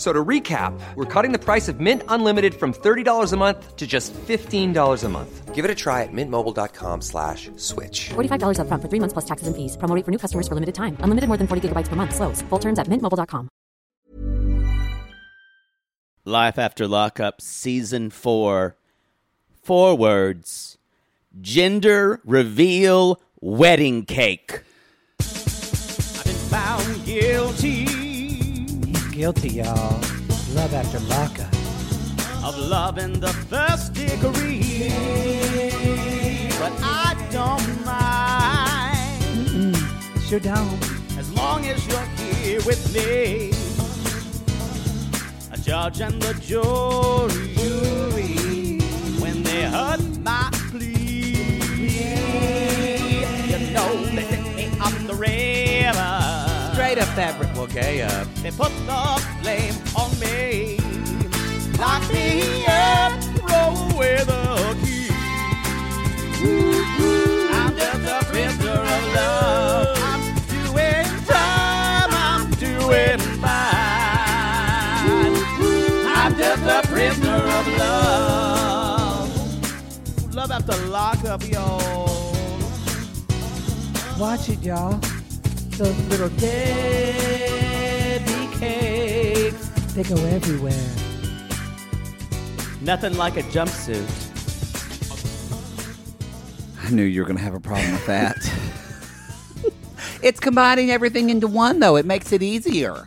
So to recap, we're cutting the price of Mint Unlimited from $30 a month to just $15 a month. Give it a try at mintmobile.com slash switch. $45 up front for three months plus taxes and fees. Promo rate for new customers for limited time. Unlimited more than 40 gigabytes per month. Slows. Full terms at mintmobile.com. Life After Lockup, Season 4. Four words Gender Reveal Wedding Cake. I've been found guilty He's guilty, y'all. Love after lockup. of love in the first degree. But I don't mind Sure don't. as long as you're here with me. A judge and the jury, when they heard my plea, you know they sent me up the river. Straight up fabric. Okay, uh, They put the blame on me. Lock me up, throw away the key. I'm just a prisoner of love. I'm doing time, I'm doing fine. I'm just a prisoner of love. Love after lock up, y'all. Watch it, y'all. Those little Debbie cakes. They go everywhere. Nothing like a jumpsuit. I knew you were going to have a problem with that. it's combining everything into one, though. It makes it easier.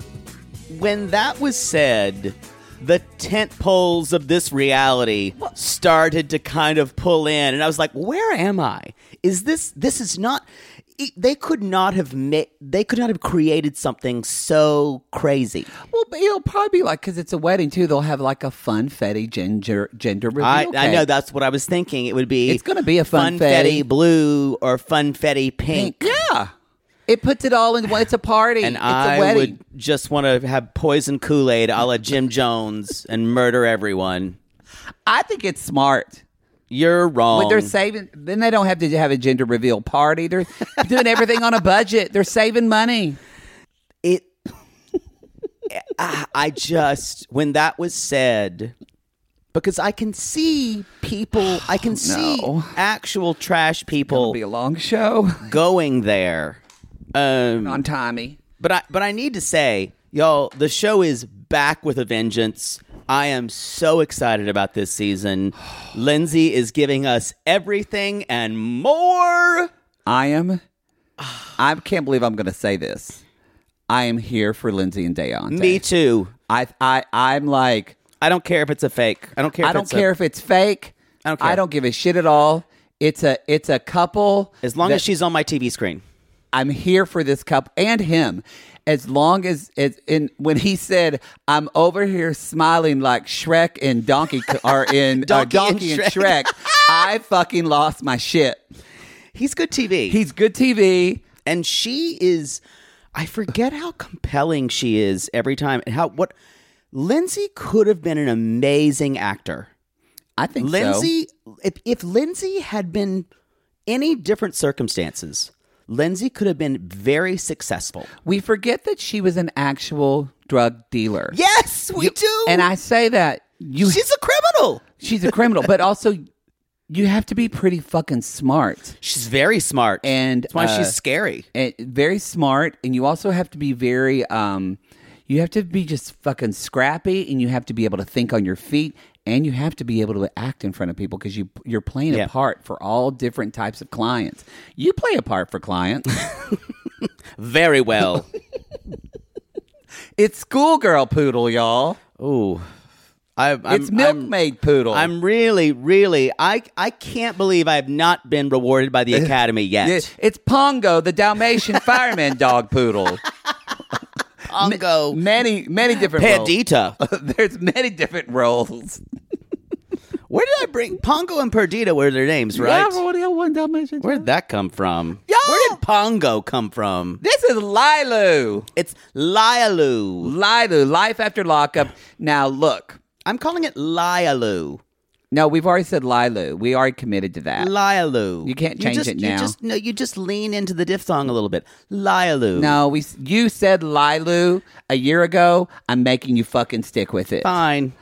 When that was said, the tent poles of this reality started to kind of pull in, and I was like, "Where am I? Is this? This is not." it- They could not have made. They could not have created something so crazy. Well, but it'll probably be like because it's a wedding too. They'll have like a funfetti gender gender reveal. I, I know cake. that's what I was thinking. It would be It's gonna be a funfetti, funfetti. blue or funfetti pink. Yeah, it puts it all in one. It's a party. And it's a I wedding. would just want to have poison Kool Aid a la Jim Jones and murder everyone. I think it's smart. You're wrong. But they're saving. Then they don't have to have a gender reveal party. They're doing everything on a budget. They're saving money. it. I, I just when that was said, because I can see people, I can see No. actual trash It'll people be a long show going there. Um, on Tommy. But I but I need to say, y'all, the show is back with a vengeance. I am so excited about this season. Lindsay is giving us everything and more. I am. I can't believe I'm going to say this. I am here for Lindsay and Dayon. Me too. I I I'm like I don't care if it's a fake. I don't care. If I don't it's care A, if it's fake. I don't care. I don't give a shit at all. It's a it's a couple. as long that- as she's on my TV screen. I'm here for this couple and him. As long as as in when he said I'm over here smiling like Shrek and Donkey Co- are in uh, Donkey and Donkey and Shrek, I fucking lost my shit. He's good TV. He's good TV. and she is i forget how compelling she is every time and how what lindsay could have been an amazing actor I think so. lindsay if, if lindsay had been any different circumstances lindsay could have been very successful We forget that she was an actual drug dealer. yes we do And I say that you she's a criminal she's a criminal, but also you have to be pretty fucking smart she's very smart And, that's why uh, she's scary and very smart, and you also have to be very um, you have to be just fucking scrappy, and you have to be able to think on your feet, and you have to be able to act in front of people because you you're playing Yeah. a part for all different types of clients. You play a part for clients. Very well. it's schoolgirl poodle, y'all. Ooh. I, I'm, it's milkmaid poodle. I'm, I'm really, really, I, I can't believe I have not been rewarded by the Academy yet. Yeah, it's Pongo, the Dalmatian fireman dog poodle. Pongo. Many, many different Perdita. roles. There's many different roles. Where did I bring Pongo and Perdita? Were their names right? one Dalmatian. Where did that come from? Yeah. Where did Pongo come from? This is Lilu. It's Lialu. Lilu, life after lockup. Now look. I'm calling it Lialu. No, we've already said Lilu. We already committed to that. Lialu. You can't change just, it You now. just, no, you just lean into the diphthong a little bit. Lialu. no, we. s- You said Lilu a year ago. I'm making you fucking stick with it. Fine.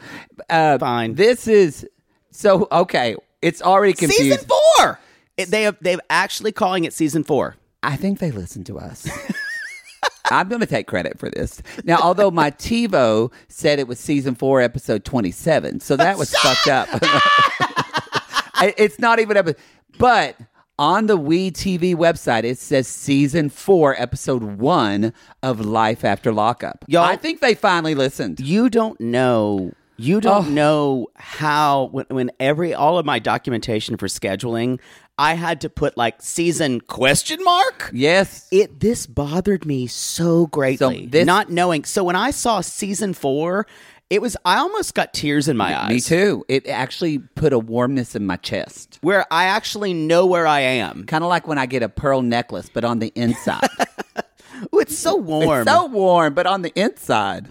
Uh, fine. This is so okay. It's already confused. Season four. It- they have, they've actually calling it season four. I think they listen to us. I'm going to take credit for this. Now, although my TiVo said it was season four, episode 27, so that was fucked up. I- it's not even episode, but on the We TV website, it says season four, episode one of Life After Lockup. Y'all- I think they finally listened. You don't know. You don't Oh. know how when, when every all of my documentation for scheduling, I had to put like season question mark. Yes. It this bothered me so greatly. this- not knowing. So when I saw season four, it was I almost got tears in my eyes. Me too. It actually put a warmness in my chest. Where I actually know where I am. Kind of like when I get a pearl necklace, but on the inside. Ooh, it's so warm. It's so warm, but on the inside.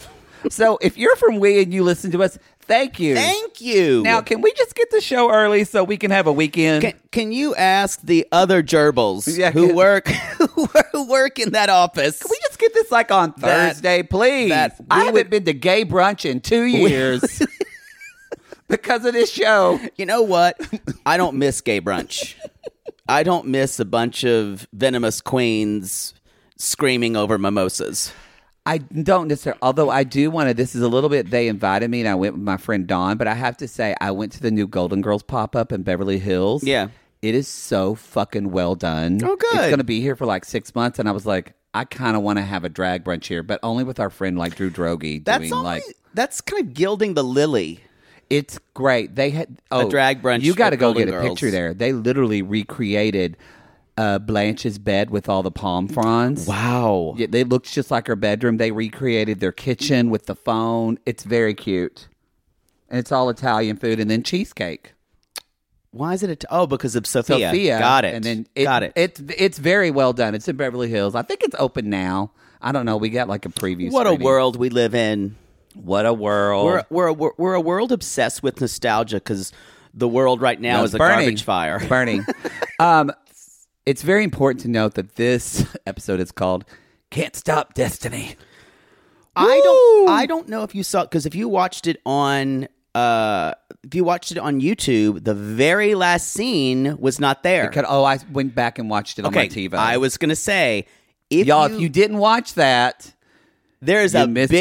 so if you're from We and you listen to us, thank you. Thank you. Now, can we just get the show early so we can have a weekend? Can, can you ask the other gerbils Yeah, who can- work who wor- who work in that office? we just get this like on That- Thursday, please? that we I haven't would- been to gay brunch in two years because of this show. you know what? I don't miss gay brunch. I don't miss a bunch of venomous queens screaming over mimosas. I don't necessarily, although I do want to. This is a little bit, they invited me and I went with my friend Dawn, but I have to say, I went to the new Golden Girls pop up in Beverly Hills. Yeah. It is so fucking well done. Oh, good. It's going to be here for like six months. And I was like, I kind of want to have a drag brunch here, but only with our friend like Drew Drogi. That's doing only, like, that's kind of gilding the lily. it's great. They had oh, drag brunch You got to at go Golden get a Girls. picture there. They literally recreated uh, Blanche's bed with all the palm fronds. Wow. Yeah, they looked just like her bedroom. They recreated their kitchen with the phone. It's very cute. And it's all Italian food and then cheesecake. Why is it? A t- oh, because of Sophia. Sophia. Got it. And then it, got it. It's it's very well done. It's in Beverly Hills. I think it's open now. I don't know. We got like a preview. what screening. a world we live in. What a world. We're we're a, wor- we're a world obsessed with nostalgia because the world right now No, is a burning. garbage fire. It's burning. um, it's very important to note that this episode is called Can't Stop Destiny. I don't I don't know if you saw because if you watched it on uh if you watched it on YouTube, the very last scene was not there. Because- Oh, I went back and watched it on my okay, TiVo. I was gonna say if Y'all, you, if you didn't watch that, there's you a missed it.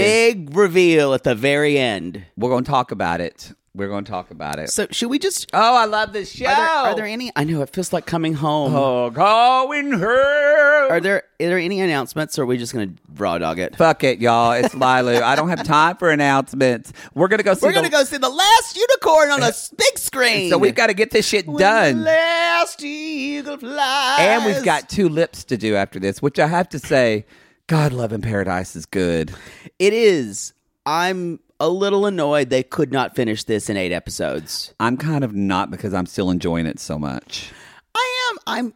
big reveal at the very end. We're going to talk about it. We're going to talk about it. So should we just oh, I love this show. are, there, are there any I know it feels like coming home. Oh, going her? Are there are there any announcements or are we just gonna raw dog it? Fuck it, y'all. It's Lilu. I don't have time for announcements. We're gonna go see. We're gonna the- go see the last unicorn on a s- big screen. So we've got to get this shit When the done. Last eagle flies. And we've got two lips to do after this, which I have to say, God, Love in Paradise is good. It is. I'm a little annoyed they could not finish this in eight episodes. I'm kind of not because I'm still enjoying it so much. I am. I'm.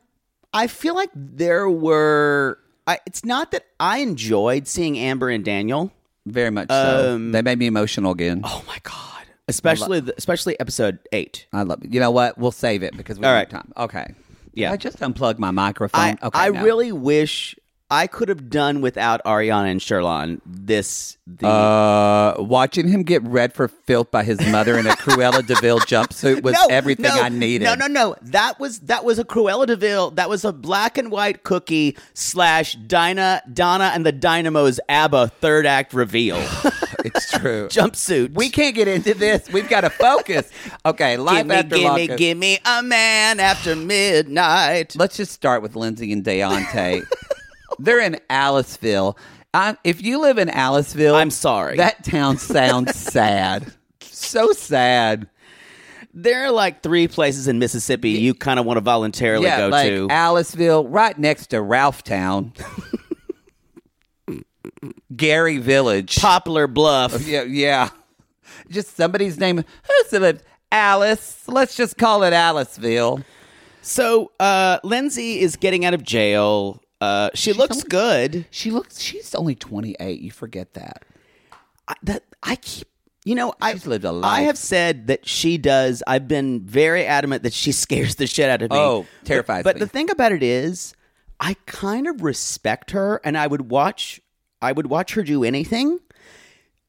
I feel like there were. I, it's not that I enjoyed seeing Amber and Daniel. Very much so. Um, They made me emotional again. Oh my god! Especially, the, especially episode eight. I love it. You know what? We'll save it because we All don't have right. time. Okay. Yeah. I just unplugged my microphone. I, okay. I no. really wish I could have done without Ariana and Sherlon. This the Uh, watching him get red for filth by his mother in a Cruella Deville jumpsuit was everything no, I needed. No, no, no. That was that was a Cruella Deville. That was a black and white cookie slash Dinah Donna and the Dynamo's ABBA third act reveal. It's true. Jumpsuit. we can't get into this. We've got to focus. Okay, life gimme, after gimme, Locust. gimme a man after midnight. Let's just start with Lindsay and Deontay. They're in Aliceville. I, if you live in Aliceville, I'm sorry. That town sounds sad. So sad. There are like three places in Mississippi you kind of want to voluntarily yeah, go like to. Aliceville, right next to Ralphtown, Gary Village. Poplar Bluff. Oh, Yeah, yeah. Just somebody's name. Who's it? Alice. Let's just call it Aliceville. So uh, Lindsay is getting out of jail. Uh, she looks only- good. She looks. She's only twenty eight. You forget that. I, that, I keep, you know, I, She's lived a I life. have said that she does. I've been very adamant that she scares the shit out of me. Oh, But- terrifies But, me. the thing about it is, I kind of respect her, and I would watch. I would watch her do anything.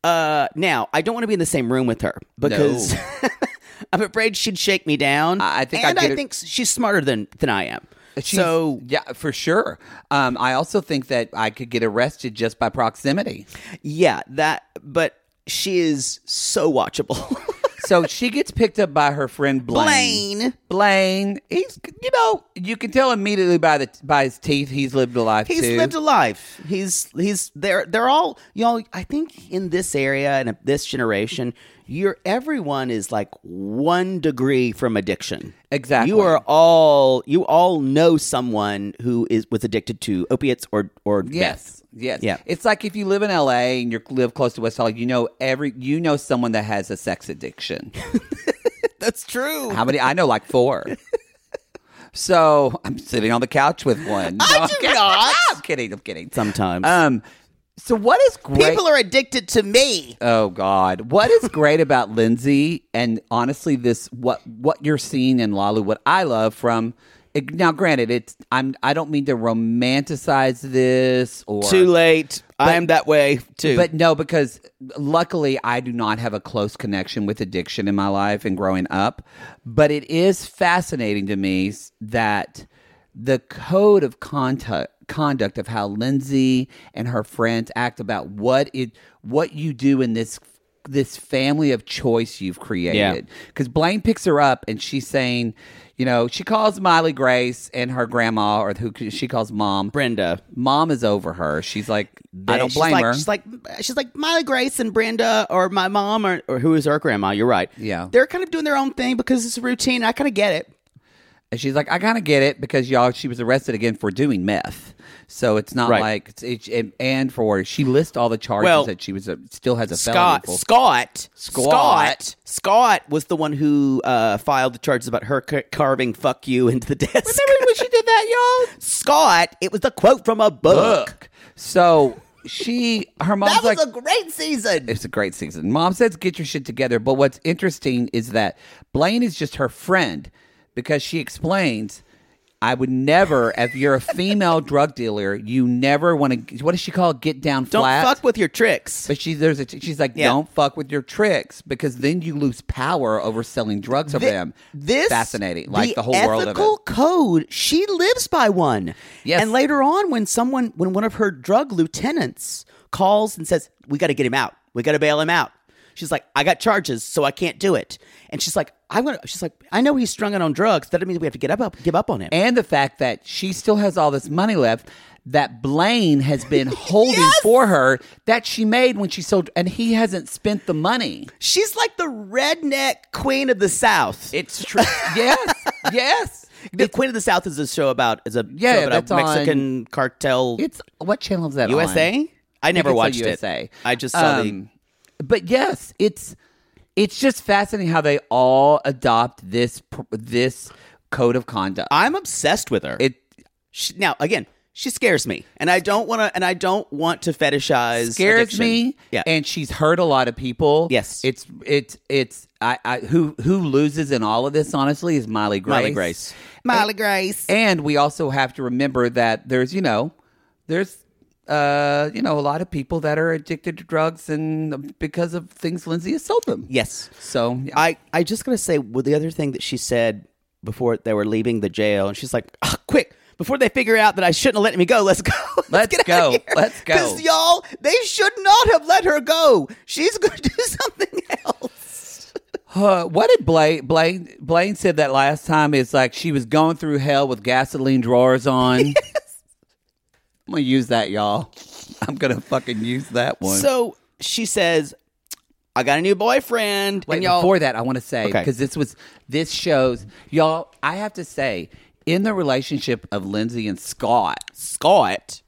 Uh, now I don't want to be in the same room with her because I'm afraid she'd shake me down. I- I think I and get it. think she's smarter than than I am. She's- so yeah, for sure. Um, I also think that I could get arrested just by proximity. yeah, that. But she is so watchable. So she gets picked up by her friend Blaine. Blaine. Blaine, he's you know you can tell immediately by the by his teeth he's lived a life. He's too. lived a life. He's he's they're they're all y'all. I think in this area and this generation, you're everyone is like one degree from addiction. Exactly. You are all you all know someone who is was addicted to opiates or or Yes. meth. Yes. Yeah. It's like if you live in LA and you live close to West Hollywood, you know every you know someone that has a sex addiction. That's true. How many? I know like four. So I'm sitting on the couch with one. No, I'm, do kidding. not. Uh, I'm kidding. I'm kidding. Sometimes. Um. So what is great? People are addicted to me. Oh God! What is great about Lindsay and honestly, this what what you're seeing in Lalu, what I love from. Now, granted, it's I'm I don't mean to romanticize this or Too late. I am that way too. but no, because luckily I do not have a close connection with addiction in my life and growing up. But it is fascinating to me s- that the code of conduct conduct of how Lindsay and her friends act about what it what you do in this this family of choice you've created. Because Blaine picks her up and she's saying, you know, she calls Miley Grace and her grandma, or who she calls mom. Brenda. Mom is over her. She's like, I don't She's blame like- her. She's like, she's like Miley Grace and Brenda or my mom or, or who is her grandma. You're right. Yeah. they're kind of doing their own thing because it's a routine. I kind of get it. And she's like, I kind of get it because y'all, she was arrested again for doing meth. So it's not Right. like it's, it, it- and for she lists all the charges Well, that she was a, still has a Scott, felony. for. Scott, Scott. Scott, Scott was the one who uh, filed the charges about her ca- carving "fuck you" into the desk. Remember when she did that, y'all? Scott, it was the quote from a book. Book. So she, her mom's That was like, a great season. it's a great season. Mom says, get your shit together. But what's interesting is that Blaine is just her friend because she explains, I would never, if you're a female drug dealer, you never want to, what does she call it? Get down Don't flat. fuck with your tricks. But she there's a t- she's like Yeah. don't fuck with your tricks because then you lose power over selling drugs over Thi- them. This fascinating, like the, whole world of ethical it. code. She lives by one. Yes. And later on, when someone, when one of her drug lieutenants calls and says, "We got to get him out. We got to bail him out," she's like, "I got charges, so I can't do it." And she's like, "I'm gonna." She's like, "I know he's strung out on drugs. That doesn't mean we have to get up, up give up on him." And the fact that she still has all this money left that Blaine has been holding Yes! for her that she made when she sold, and he hasn't spent the money. she's like the redneck queen of the South. It's true. yes, yes. the Queen of the South is a show about is a Yeah, show about that's a Mexican cartel It's what channel is that? on? USA. I think never it's on watched USA. it. I just saw the Um, but yes, it's it's just fascinating how they all adopt this pr- this code of conduct. I'm obsessed with her. it she, now again, she scares me, and I don't want to. And I don't want to fetishize. scares addiction. me. Yeah, and she's hurt a lot of people. Yes. it's it's it's I, I who who loses in all of this. Honestly, is Miley Grace. Miley Grace. Miley Grace. And we also have to remember that there's you know there's uh you know a lot of people that are addicted to drugs and because of things Lindsay has sold them. yes. So yeah. I I just gotta say, well, the other thing that she said before they were leaving the jail, and she's like, "Ah, "Quick, before they figure out that I shouldn't have let me go, let's go. Let's go. Let's go. Because y'all, they should not have let her go. She's going to do something else. Uh, what did Blaine, Blaine Blaine said that last time is like she was going through hell with gasoline drawers on. I'm gonna use that, y'all. I'm gonna fucking use that one. So she says, "I got a new boyfriend." Wait, and y'all, before that, I want to say Okay. because this was this shows y'all. I have to say, in the relationship of Lindsay and Scott, Scott.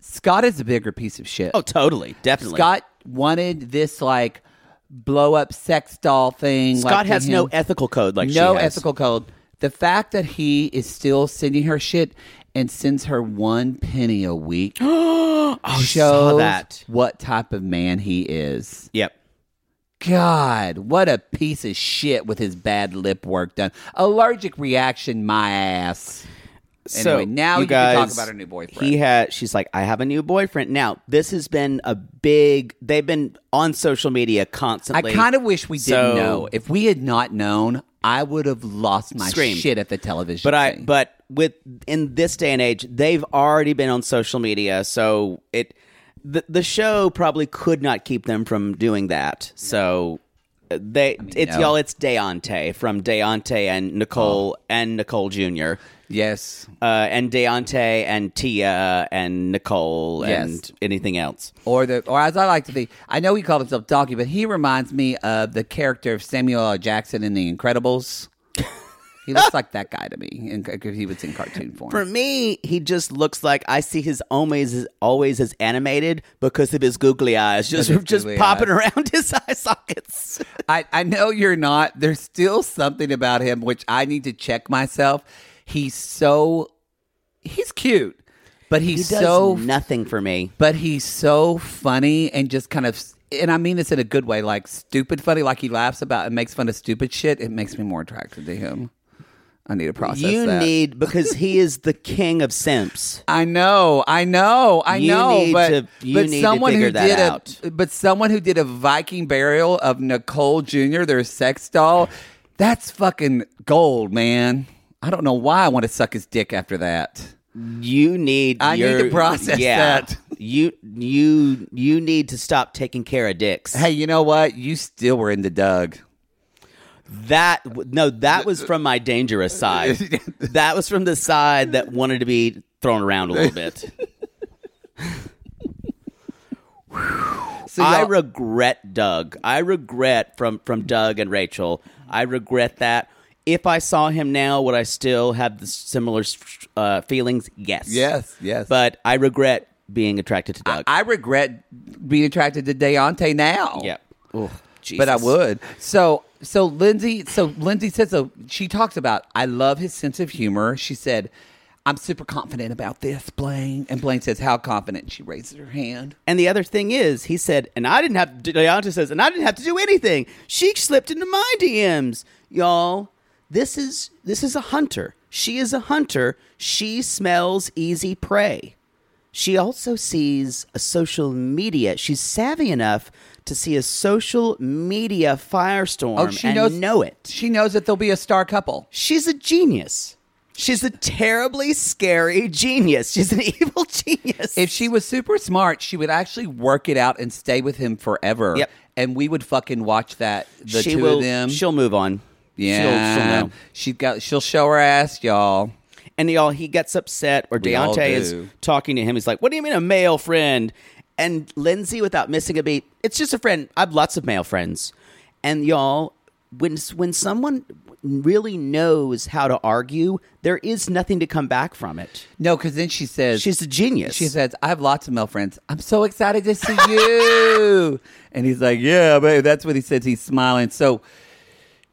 Scott is a bigger piece of shit. Oh, totally, definitely. Scott wanted this like blow up sex doll thing. Scott like, to has no him. ethical code like she no has. ethical code. The fact that he is still sending her shit and sends her one penny a week Oh, shows Oh, that. what type of man he is. Yep. God, what a piece of shit with his bad lip work done. Allergic reaction, my ass. Anyway, now you can talk about her new boyfriend. He had. She's like, I have a new boyfriend now. This has been a big. They've been on social media I constantly. kind of wish we So- didn't know. If we had not known, I would have lost my Screamed. shit at the television. But I thing. but with in this day and age, they've already been on social media, so it the the show probably could not keep them from doing that. So uh, they it's no. y'all it's Deonte from Deonte and Nicole and Nicole Jr. yes, Uh, and Deonte and Tia and Nicole and Yes. anything else. or the or as I like to think, I know he called himself Doggy, but he reminds me of the character of Samuel L. Jackson in The Incredibles. he looks like that guy to me, in- if he was in cartoon form. For me, he just looks like I see his always as always as animated because of his googly eyes, just Because of just googly popping around his eye sockets. I, I know you're not. There's still something about him which I need to check myself. He's so he's cute, but he's he does so nothing for me. but he's so funny and just kind of and I mean this in a good way, like stupid funny, like he laughs about and makes fun of stupid shit. It makes me more attracted to him. I need to process You that. need because he is the king of simps. I know, I know, I You know. need but to- you but need to someone figure who that did out. a but someone who did a Viking burial of Nicole Jr. their sex doll, that's fucking gold, man. I don't know why I want to suck his dick after that. You need. I need your- to process that. You you you need to stop taking care of dicks. Hey, you know what? You still were into Doug. That no, that was from my dangerous side. that was from the side that wanted to be thrown around a little bit. So I y'all- regret Doug. I regret from from Doug and Rachel. I regret that. If I saw him now, would I still have the similar uh, feelings? Yes. Yes, yes. But I regret being attracted to Doug. I regret being attracted to Deontay now. yep. Ugh, But I Jesus. would. So so Lindsay so Lindsay says so she talks about I love his sense of humor. She said, I'm super confident about this, Blaine. And Blaine says, How confident? She raises her hand. And the other thing is, he said, and I didn't have. Deonta says, and I didn't have to do anything. She slipped into my DMs, y'all. This is this is a hunter. She is a hunter. She smells easy prey. She also sees a social media. She's savvy enough to see a social media firestorm and know it. Oh, She knows that they'll be a star couple. She's a genius. She's a terribly scary genius. She's an evil genius. If she was super smart, she would actually work it out and stay with him forever. Yep. And we would fucking watch that the she two will, of them. she'll move on. yeah, she'll, she'll know. she got she'll show her ass, y'all. And y'all, he gets upset, or We all Deontay is do. talking to him. He's like, "What do you mean a male friend?" And Lindsay, without missing a beat, it's just a friend. I've lots of male friends. And y'all, when when someone really knows how to argue, there is nothing to come back from it. No, because then she says She's a genius. She says, I have lots of male friends. I'm so excited to see you. and he's like, Yeah, babe. That's what he says. He's smiling. So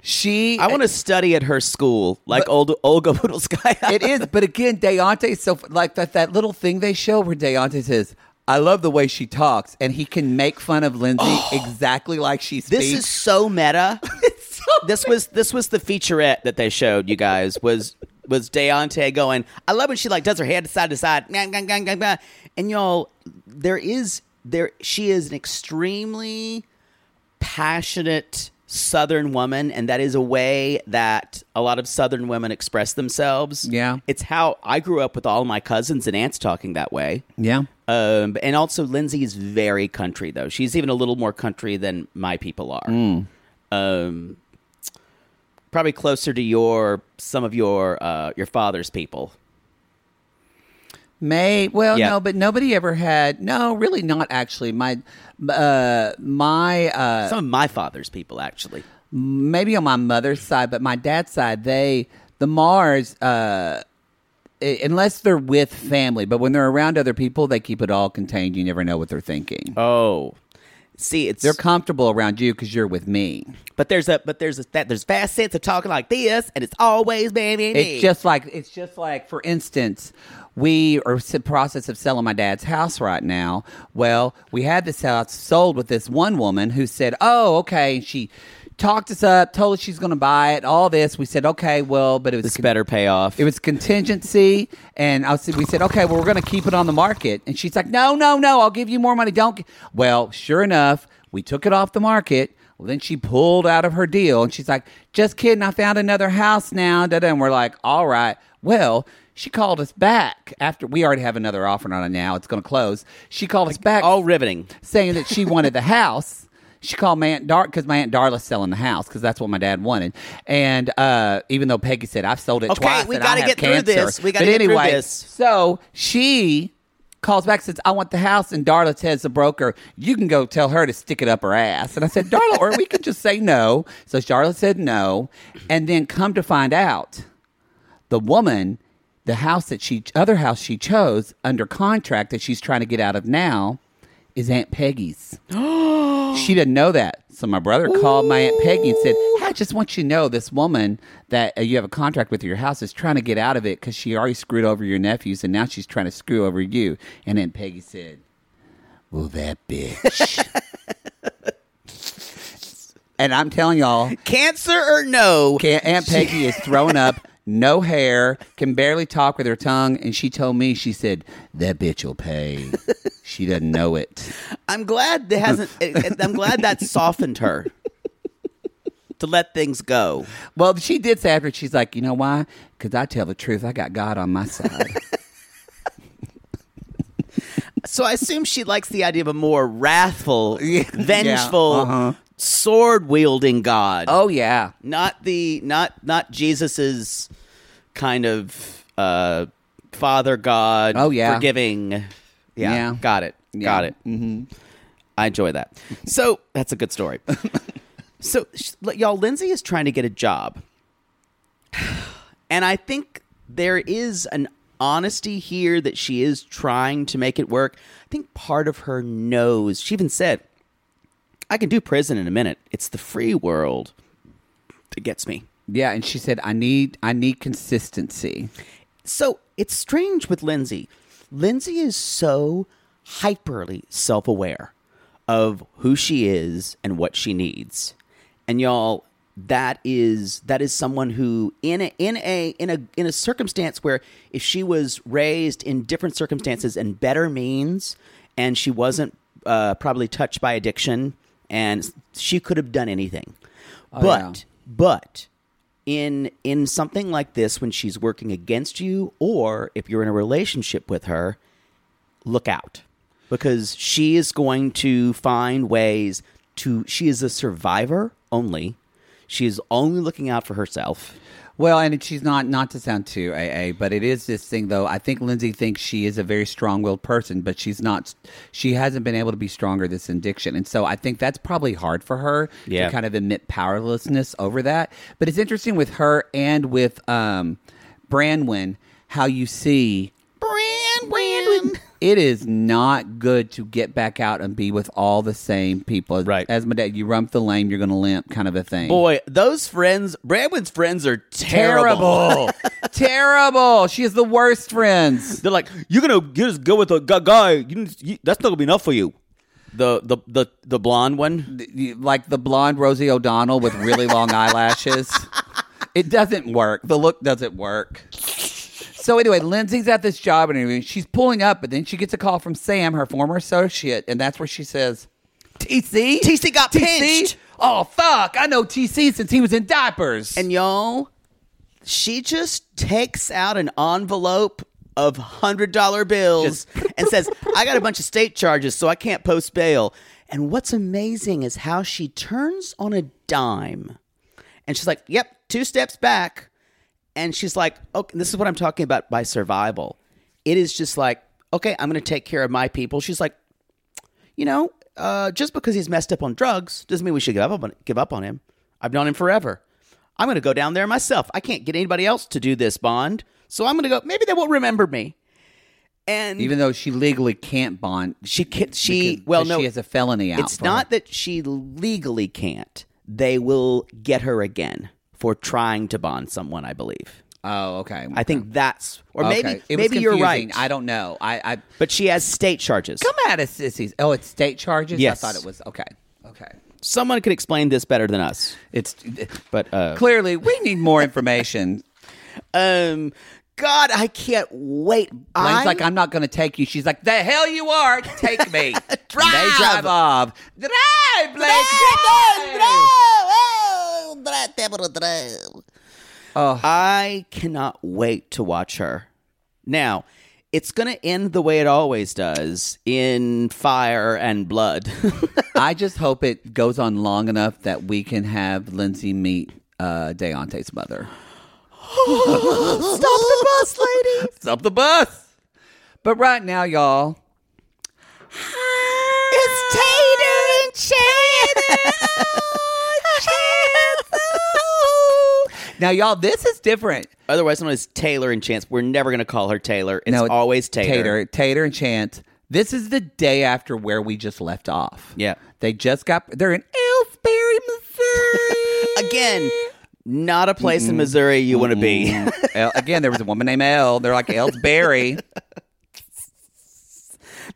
she. I want to study at her school, like old Olga Budolskaya. It is. But again, Deontay, so like that, that little thing they show where Deontay says, I love the way she talks. And he can make fun of Lindsay exactly like she speaks. This is so meta. this was this was the featurette that they showed you guys was was Deontay going. I love when she like does her head side to side, nah, nah, nah, nah, nah." and y'all, there is there she is an extremely passionate Southern woman, and that is a way that a lot of Southern women express themselves. Yeah. It's how I grew up with all my cousins and aunts talking that way. Yeah. Um, and also, Lindsay is very country, though. She's even a little more country than my people are. Um, probably closer to your some of your uh, your father's people. May well Yeah. no, but nobody ever had no, really not actually. My uh my uh some of my father's people, actually. maybe on my mother's side, but my dad's side, they the Mars, uh, i- unless they're with family, but when they're around other people, they keep it all contained. You never know what they're thinking. Oh, see, it's They're comfortable around you because you're with me. but there's a but there's a that there's facets of talking like this, and it's always baby. It's just like it's just like for instance, we are in the process of selling my dad's house right now. Well, we had this house sold with this one woman who said, "Oh, okay," and she talked us up, told us she's going to buy it. All this, we said, "Okay, well," but it was this better pay off. It was contingency, and I was, we said, okay, well, we're going to keep it on the market. And she's like, no, no, no, I'll give you more money. Don't. gi-" Well, sure enough, we took it off the market. Well, then she pulled out of her deal, and she's like, just kidding, I found another house now. Da-da. And we're like, all right. Well, she called us back after we already have another offer on it now. It's going to close. She called us back all riveting. saying that she wanted the house. She called my aunt Dar because my aunt Darla's selling the house because that's what my dad wanted. And uh, even though Peggy said I've sold it Okay, twice, we and gotta I have get through cancer." this. We gotta But get through anyway, this. So she calls back says I want the house, and Darla tells the broker you can go tell her to stick it up her ass. And I said Darla, or we can just say no. So Darla said no, and then come to find out the woman the house that she other house she chose under contract that she's trying to get out of now is aunt peggy's she didn't know that so my brother called my aunt peggy and said hey, i just want you to know this woman that uh, you have a contract with your house is trying to get out of it because she already screwed over your nephews and now she's trying to screw over you and aunt peggy said well that bitch and i'm telling y'all Cancer or no? Can- Aunt Peggy is thrown up, no hair, can barely talk with her tongue, and she told me she said that bitch will pay. she doesn't know it. I'm glad that hasn't. I'm glad that softened her to let things go. Well, she did say after she's like, you know why? Because I tell the truth, I got God on my side. So I assume she likes the idea of a more wrathful, vengeful, uh-huh. sword wielding God. oh yeah, not the not not Jesus's kind of uh, Father God. Oh, yeah. forgiving. Yeah, Yeah. got it, got Yeah. it. Mm-hmm. I enjoy that. So that's a good story. so sh- y'all, Lindsay is trying to get a job, and I think there is an honesty here that she is trying to make it work. I think part of her knows. She even said. I can do prison in a minute. It's the free world that gets me. yeah. And she said, I need, I need consistency. So it's strange with Lindsay. Lindsay is so hyperly self aware of who she is and what she needs. And y'all, that is that is someone who in a in a in a in a circumstance where if she was raised in different circumstances and better means and she wasn't uh, probably touched by addiction and she could have done anything. but yeah. but in in something like this when she's working against you or if you're in a relationship with her look out because she is going to find ways to she is a survivor only she is only looking out for herself Well, and she's not not to sound too AA, but it is this thing though. I think Lindsay thinks she is a very strong-willed person, but she's not. She hasn't been able to be stronger this addiction, and so I think that's probably hard for her Yeah. to kind of admit powerlessness over that. But it's interesting with her and with um, Branwen how you see Branwen. It is not good to get back out and be with all the same people. Right. As my dad, you rump the lame, you're going to limp, kind of a thing. boy those friends brandon's friends are Terrible. Terrible. She is the worst friends. They're like, you're gonna you just go with a gu- guy. You, didn't- you- that's not gonna be enough for you. The the the the blonde one. You- Like the blonde Rosie O'Donnell with really long eyelashes. It doesn't work. The look doesn't work. So anyway, Lindsay's at this job interview. She's pulling up, but then she gets a call from Sam, her former associate, and that's where she says, "TC, TC got pinched." oh fuck, I know TC since he was in diapers. And y'all, she just takes out an envelope of hundred dollar bills and says, I got a bunch of state charges, so I can't post bail. And what's amazing is how she turns on a dime. And she's like, Yep, two steps back. And she's like, Okay, this is what I'm talking about by survival. It is just like, Okay, I'm gonna take care of my people. She's like, you know, uh, just because he's messed up on drugs doesn't mean we should give up on, give up on him. I've known him forever. I'm going to go down there myself. I can't get anybody else to do this, Bond. So I'm going to go. Maybe they won't remember me. And Even though she legally can't bond, she can, she because- well because no she has a felony out. It's for not her. that she legally can't. They will get her again for trying to bond someone. I believe. Oh, okay. I think that's or maybe Okay. It was maybe you're confusing. right. I don't know. I, I But she has state charges. come at us, sissies. Oh, it's state charges. Yes. I thought it was okay. Okay. Someone could explain this better than us. It's But uh, clearly we need more information. Um, God, I can't wait. Blaine's I'm- like, I'm not going to take you. She's like, the hell you are. Take me. drive. They drive off. Drive, Blake. Drive. Oh, I cannot wait to watch her. Now, it's going to end the way it always does in fire and blood. I just hope it goes on long enough that we can have Lindsay meet uh, Deontay's mother. Stop the bus, lady. Stop the bus. But right now, y'all, It's Tater and Chad. now y'all, this is different. Otherwise known as Taylor and Chance. We're never going to call her Taylor. It's always Tater. Tater, Tater and Chance. This is the day after where we just left off. Yeah. They just got, they're in Ellsbury, Missouri. Again, not a place in Missouri you want to be. El- again, there was a woman named Elle. They're like Elle's Berry.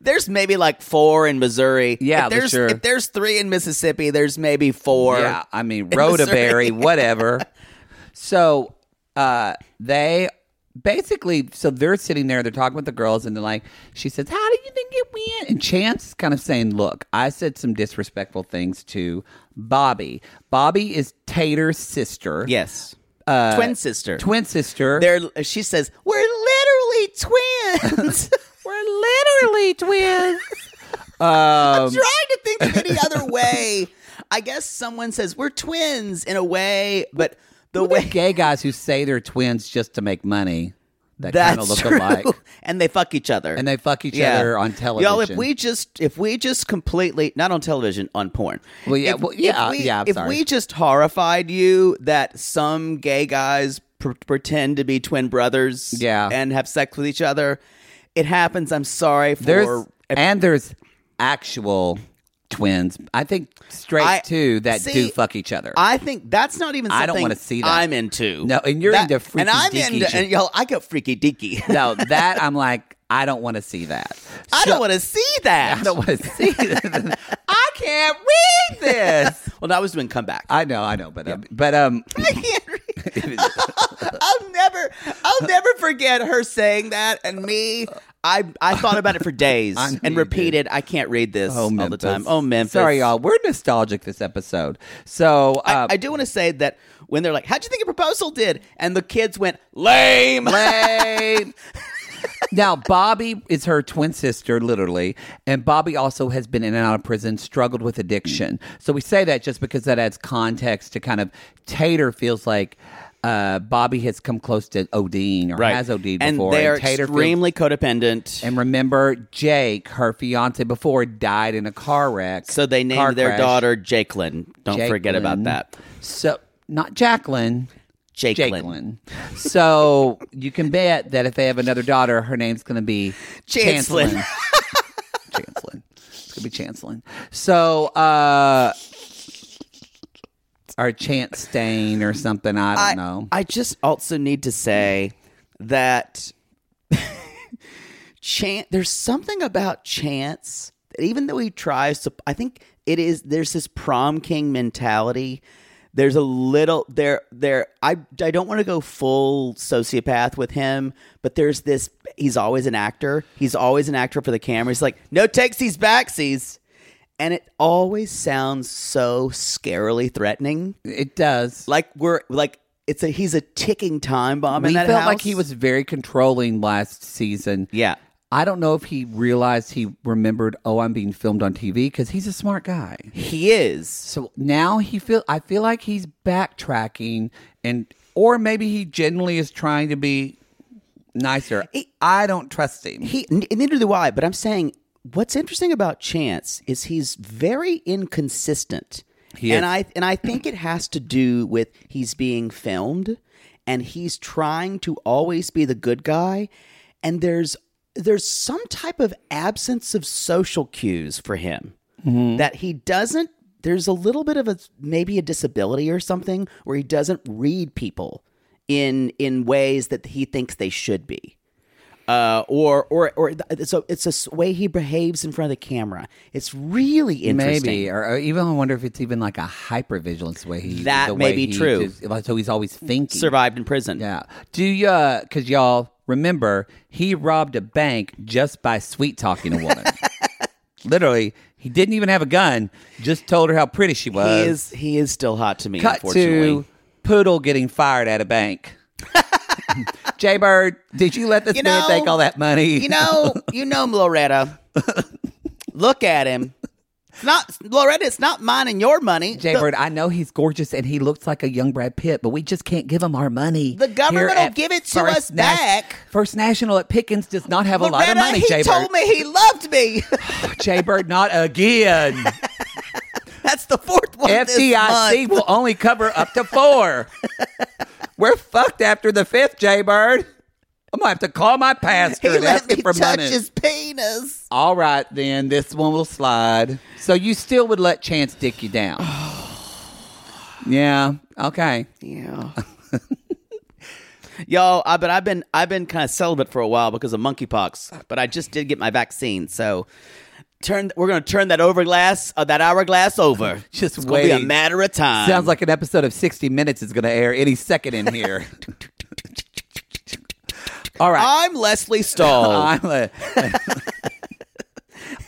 There's maybe like four in Missouri. Yeah, if there's sure. if there's three in Mississippi, there's maybe four. yeah, I mean in Missouri. Rhoda Berry, whatever. so uh, they basically, so they're sitting there, they're talking with the girls, and they're like, she says, "How do you think it went?" And Chance is kind of saying, "Look, I said some disrespectful things to Bobby. Bobby is Tater's sister, Yes, twin sister. Uh, twin sister. They're, she says we're literally twins. We're literally twins." I'm trying to think of any other way. I guess someone says we're twins in a way, but the Who are way gay guys who say they're twins just to make money that kind of that's look true, alike. and they fuck each other, And they fuck each Yeah. other on television. Y'all, if we just if we just completely not on television on porn. Well, yeah, If- well, yeah, if we, yeah, I'm if sorry. we just horrified you that some gay guys pr- pretend to be twin brothers, Yeah. and have sex with each other, it happens. I'm sorry for. There's and there's actual twins. I think straight I- too that see, do fuck each other. I think that's not even. Something I don't wanna see that. I'm into No, and you're That- into freaky and I'm deaky into, shit. and y'all. I go freaky deaky. no, that I'm like, I don't want to see that. I So- don't want to see that. I don't want to see this. I can't read this. well, that was doing comeback. I know, I know, but um, but um, I'll never, I'll never forget her saying that, and me. I I thought about it for days I know and you repeated. I can't read this all the Memphis. time. Oh, Memphis. Sorry, y'all. We're nostalgic this episode. So I, uh, I do want to say that when they're like, "How'd you think a proposal did?" and the kids went lame. Lame. now, Bobby is her twin sister, literally, and Bobby also has been in and out of prison, struggled with addiction. So we say that just because that adds context to kind of Tater feels like uh, Bobby has come close to ODing or has OD'd and before. they are Tater feels- extremely codependent. and remember, Jake, her fiance before, died in a car wreck. so they car named their crash. daughter Jacqueline. Don't forget about Jacqueline. that, So not Jacqueline. Jacqueline. Jacqueline. So you can bet that if they have another daughter, her name's going to be Chancelin. Chancelin. Chancelin. It's going to be Chancelin. So, uh, or Chance Stain or something. I don't know. I just also need to say that chance. There's something about chance that even though he tries to, I think it is. There's this prom king mentality. There's a little there there. I I don't want to go full sociopath with him, but there's this. He's always an actor. He's always an actor for the camera. He's like no takesies backsies. and it always sounds so scarily threatening. It does. Like we're like it's a he's a ticking time bomb we in that felt house. like he was very controlling last season. Yeah. I don't know if he realized he remembered. Oh, I'm being filmed on TV because he's a smart guy. He is. So now he feel. I feel like he's backtracking, and or maybe he genuinely is trying to be nicer. I don't trust him. He n- neither do I, but I'm saying what's interesting about Chance is he's very inconsistent. He and is. I and I think it has to do with he's being filmed and he's trying to always be the good guy and there's there's some type of absence of social cues for him Mm-hmm. that he doesn't there's a little bit of a maybe a disability or something where he doesn't read people in in ways that he thinks they should be uh, or or or th- so it's a s- way he behaves in front of the camera. It's really interesting. Maybe, or, or even I wonder if it's even like a hypervigilance way. He, That the may way be he true. just- like, so he's always thinking. survived in prison. Yeah. Do you? Because y'all remember he robbed a bank just by sweet talking a woman. Literally, he didn't even have a gun. Just told her how pretty she he was. is he is still hot to me. Cut unfortunately. to poodle getting fired at a bank. Jay Bird, did you let this You man know- take all that money? you know you know Loretta. Look at him. It's Not Loretta. It's not mine and your money. Jay The- Bird, I know he's gorgeous and he looks like a young Brad Pitt, but we just can't give him our money. The government Here will at give it to First us back. First National at Pickens does not have a lot of Loretta, money, he Jay told Bird. me he loved me. Jay Bird, not again. That's the fourth one. this FDIC month. will only cover up to four. We're fucked after the fifth, Jay Bird. I'm gonna have to call my pastor He and ask let me him for touch money. his penis. All right, then this one will slide. So you still would let Chance dick you down? yeah. Okay. Yeah. Yo, I but I've been I've been kind of celibate for a while because of monkeypox, but I just did get my vaccine. So turn we're gonna turn that overglass uh, that hourglass over. Just it's gonna be a wait. matter of time. Sounds like an episode of 60 Minutes is going to air any second in here. All right. I'm Leslie Stahl. I'm, a-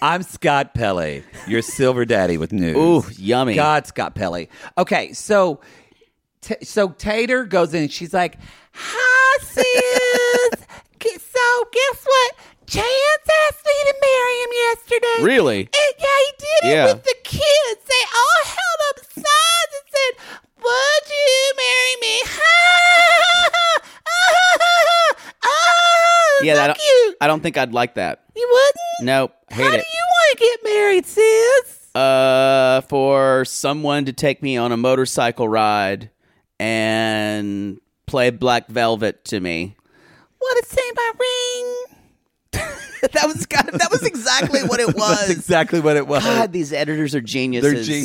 I'm Scott Pelley, your silver daddy with news. Ooh, yummy. God, Scott Pelley. Okay, so t- so Tater goes in and she's like, "Hi, sis. Gu- so guess what? Chance asked me to marry him yesterday. Really? And yeah, he did it Yeah. with the kids. They all held up signs and said, "Would you marry me?" Ah, yeah, so I don't, cute. I don't think I'd like that. You wouldn't? Nope, hate How it. do you want to get married, sis? Uh, for someone to take me on a motorcycle ride and play Black Velvet to me. Want to see my ring? that was kind of, that was exactly what it was. exactly what it was. God, these editors are geniuses.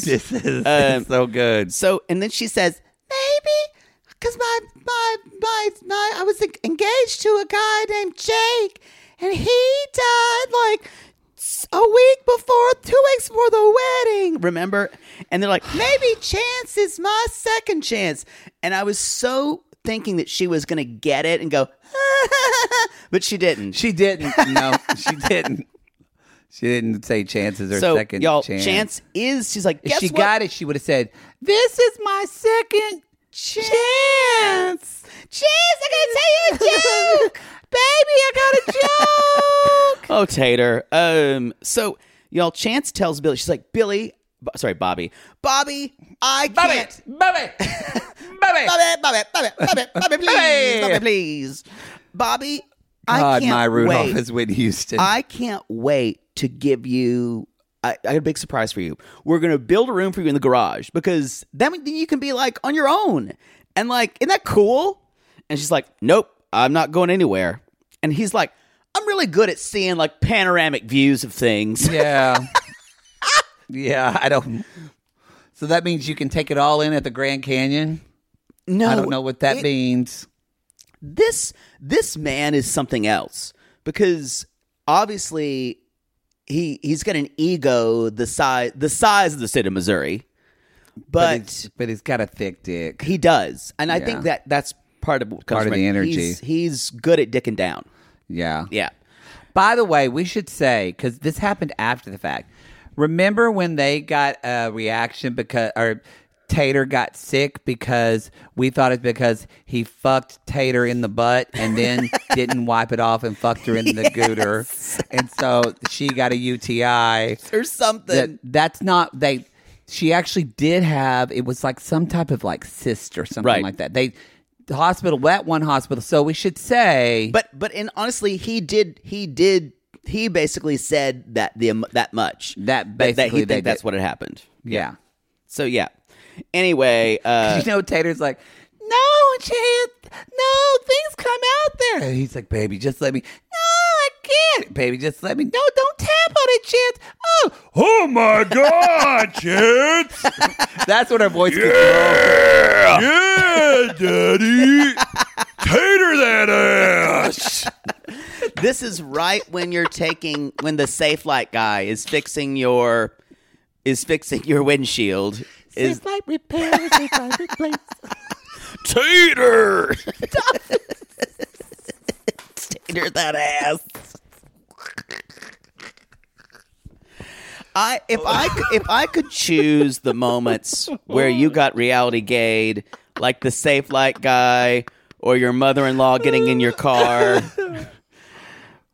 Um, so good. So, and then she says, maybe because my, my my my I was en- engaged to a guy named Jake, and he died like s- a week before, two weeks before the wedding. Remember? And they're like, maybe chance is my second chance. And I was so thinking that she was gonna get it and go, but she didn't. She didn't. No, she didn't. She didn't say chances or so, 2nd y'all, chance. is she's like, If guess she what? got it, she would have said, "This is my second chance." Chance, I gotta tell you a joke, baby. I got a joke. Oh, Tater. Um, so y'all, Chance tells Billy, she's like, Billy, b- sorry, Bobby, Bobby, I can't. Bubby, Bubby, Bobby, Bobby, Bobby, Bobby, Bobby, please, Hey. Bobby, please, Bobby. I God, can't my Rudolph wait. is Whitney Houston. I can't wait to give you. I, I got a big surprise for you. We're gonna build a room for you in the garage because then, then you can be like on your own and like, isn't that cool? And she's like, Nope, I'm not going anywhere. And he's like, I'm really good at seeing like panoramic views of things. yeah, yeah. I don't. So that means you can take it all in at the Grand Canyon. No, I don't know what that it- means. This this man is something else because obviously he he's got an ego the size the size of the state of Missouri, But but, it's, but it's got a thick dick. he does, and I Yeah. think that that's part of what comes Part of from the it. energy. He's, he's good at dicking down. yeah. Yeah, By the way, we should say because this happened after the fact. Remember when they got a reaction because or Tater got sick because we thought it's because he fucked Tater in the butt and then didn't wipe it off and fucked her in the gooter, and so she got a UTI. or something. That, that's not they. She actually did have it was like some type of like cyst or something Right. like that. They the hospital that one hospital. So we should say, But but and honestly, he did he did he basically said that the um, that much That that he basically think they did. that's what had happened. yeah. So yeah. Anyway, uh, you know, Tater's like, no, Chad, no, things come out there. And he's like, baby, just let me. No, I can't. Baby, just let me. No, don't tap on it, Chance. Oh, oh my God, Chance. That's what her voice gets. Yeah, Daddy. Tater that ass. this is right when you're taking when the safe light guy is fixing your is fixing your windshield. Is It's like repair, it's like replace. Tater. Tater that ass. I if I could- if I could choose the moments where you got reality gayed, like the safe light guy, or your mother in law getting in your car,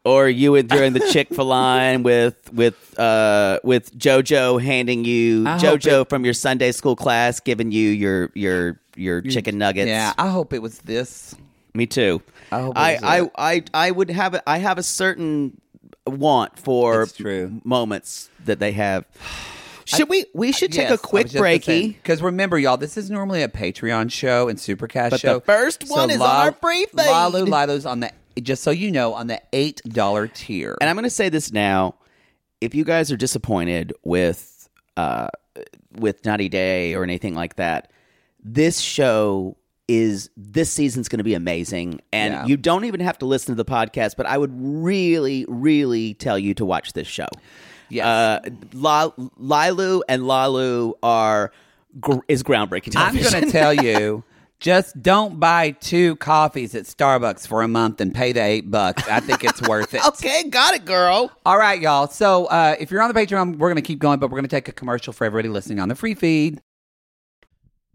or you were during the Chick fil line with with uh, with JoJo handing you I hope JoJo from your Sunday school class, giving you your your your chicken nuggets. Yeah, I hope it was this. Me too. I hope it I, was I, it. I, I would have a, I have a certain want for It's true. moments that they have. Should we we should take a quick breaky? Because remember, y'all, this is normally a Patreon show and Supercast But the show. first one is on our free feed. Lalo Lilo's on the just so you know on the eight dollar tier. And I'm going to say this now: if you guys are disappointed with uh, with Naughty Day or anything like that, this show is this season's going to be amazing, and Yeah. you don't even have to listen to the podcast. But I would really, really tell you to watch this show. Yes. uh, La- Lilu and Lalu are gr- is groundbreaking. I'm television. going to tell you. Just don't buy two coffees at Starbucks for a month and pay the eight bucks. I think it's worth it. okay, got it, girl. All right, y'all. So uh, if you're on the Patreon, we're going to keep going, but we're going to take a commercial for everybody listening on the free feed.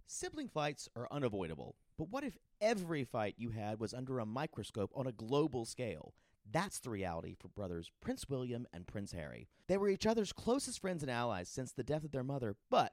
Sibling fights are unavoidable, but what if every fight you had was under a microscope on a global scale? That's the reality for brothers Prince William and Prince Harry. They were each other's closest friends and allies since the death of their mother, but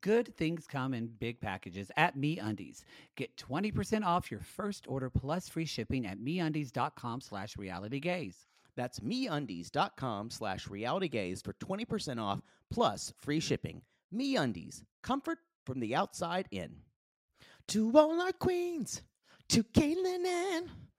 good things come in big packages at MeUndies. Get 20% off your first order plus free shipping at MeUndies.com slash realitygaze. That's meundies.com slash realitygaze for 20% off plus free shipping. Meundies, comfort from the outside in. To all our queens, to Caitlin and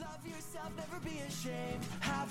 Love yourself, never be ashamed. Have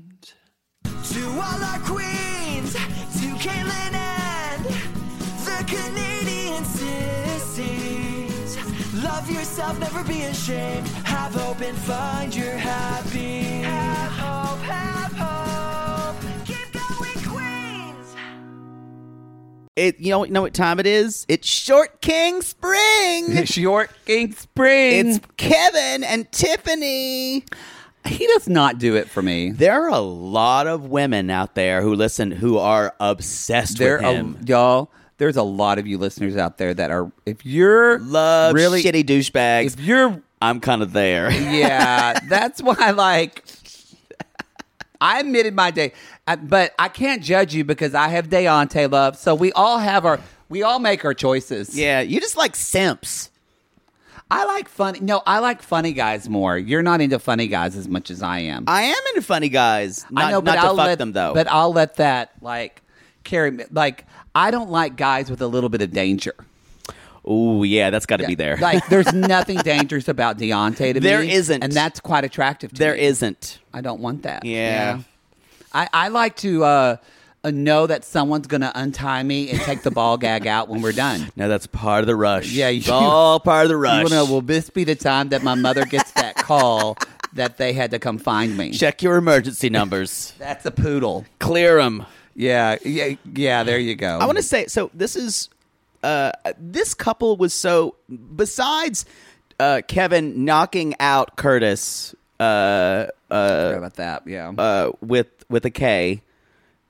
To all our queens, to Caitlin and the Canadian sissies. Love yourself, never be ashamed. Have hope and find your happy. Have hope, have hope. Keep going, Queens. It, you know, you know what time it is? It's Short King Spring! It's York King Spring. it's Kevin and Tiffany! he does not do it for me. There are a lot of women out there who listen who are obsessed There, with a, him. y'all. There's a lot of you listeners out there that are. If you're Love really, shitty douchebags. if you're, I'm kind of there. yeah, that's why. Like, I admitted my day, Uh, I- but I can't judge you because I have Deontay love. So we all have our, we all make our choices. yeah, you just like simps. I like funny. No, I like funny guys more. You're not into funny guys as much as I am. I am into funny guys. Not, not to fuck let them though. But I'll let that like carry me. Like I don't like guys with a little bit of danger. ooh, yeah, that's got to be there. Like there's nothing dangerous about Deontay to There me. isn't. and that's quite attractive. to there me. isn't. I don't want that. Yeah. I, I like to uh, uh, know that someone's going to untie me and take the ball gag out when we're done. No, that's part of the rush. Yeah, it's you- all part of the You rush. wanna know, will this be the time that my mother gets that call that they had to come find me? Check your emergency numbers. That's a poodle. Clear them. Yeah, yeah, yeah. There you go. I want to say so. This is uh, this couple was so. Besides uh, Kevin knocking out Curtis uh, Sorry about that. Yeah. uh, with with a K,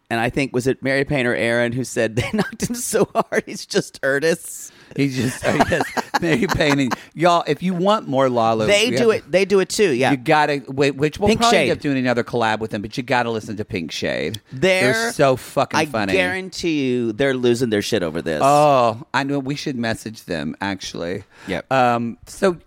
and I think was it Mary Payne or Aaron who said they knocked him so hard he's just Curtis. he just uh, yes, Mary painting. Y'all, if you want more Lalo, They we do have- it. They do it too. Yeah, Oh, You gotta wait, which we'll Pink probably Shade. end up doing another collab with them, but you gotta listen to Pink Shade. they're, so fucking I funny. guarantee you, they're losing their shit over this. Oh, I know. We should message them actually. Yep. Um. So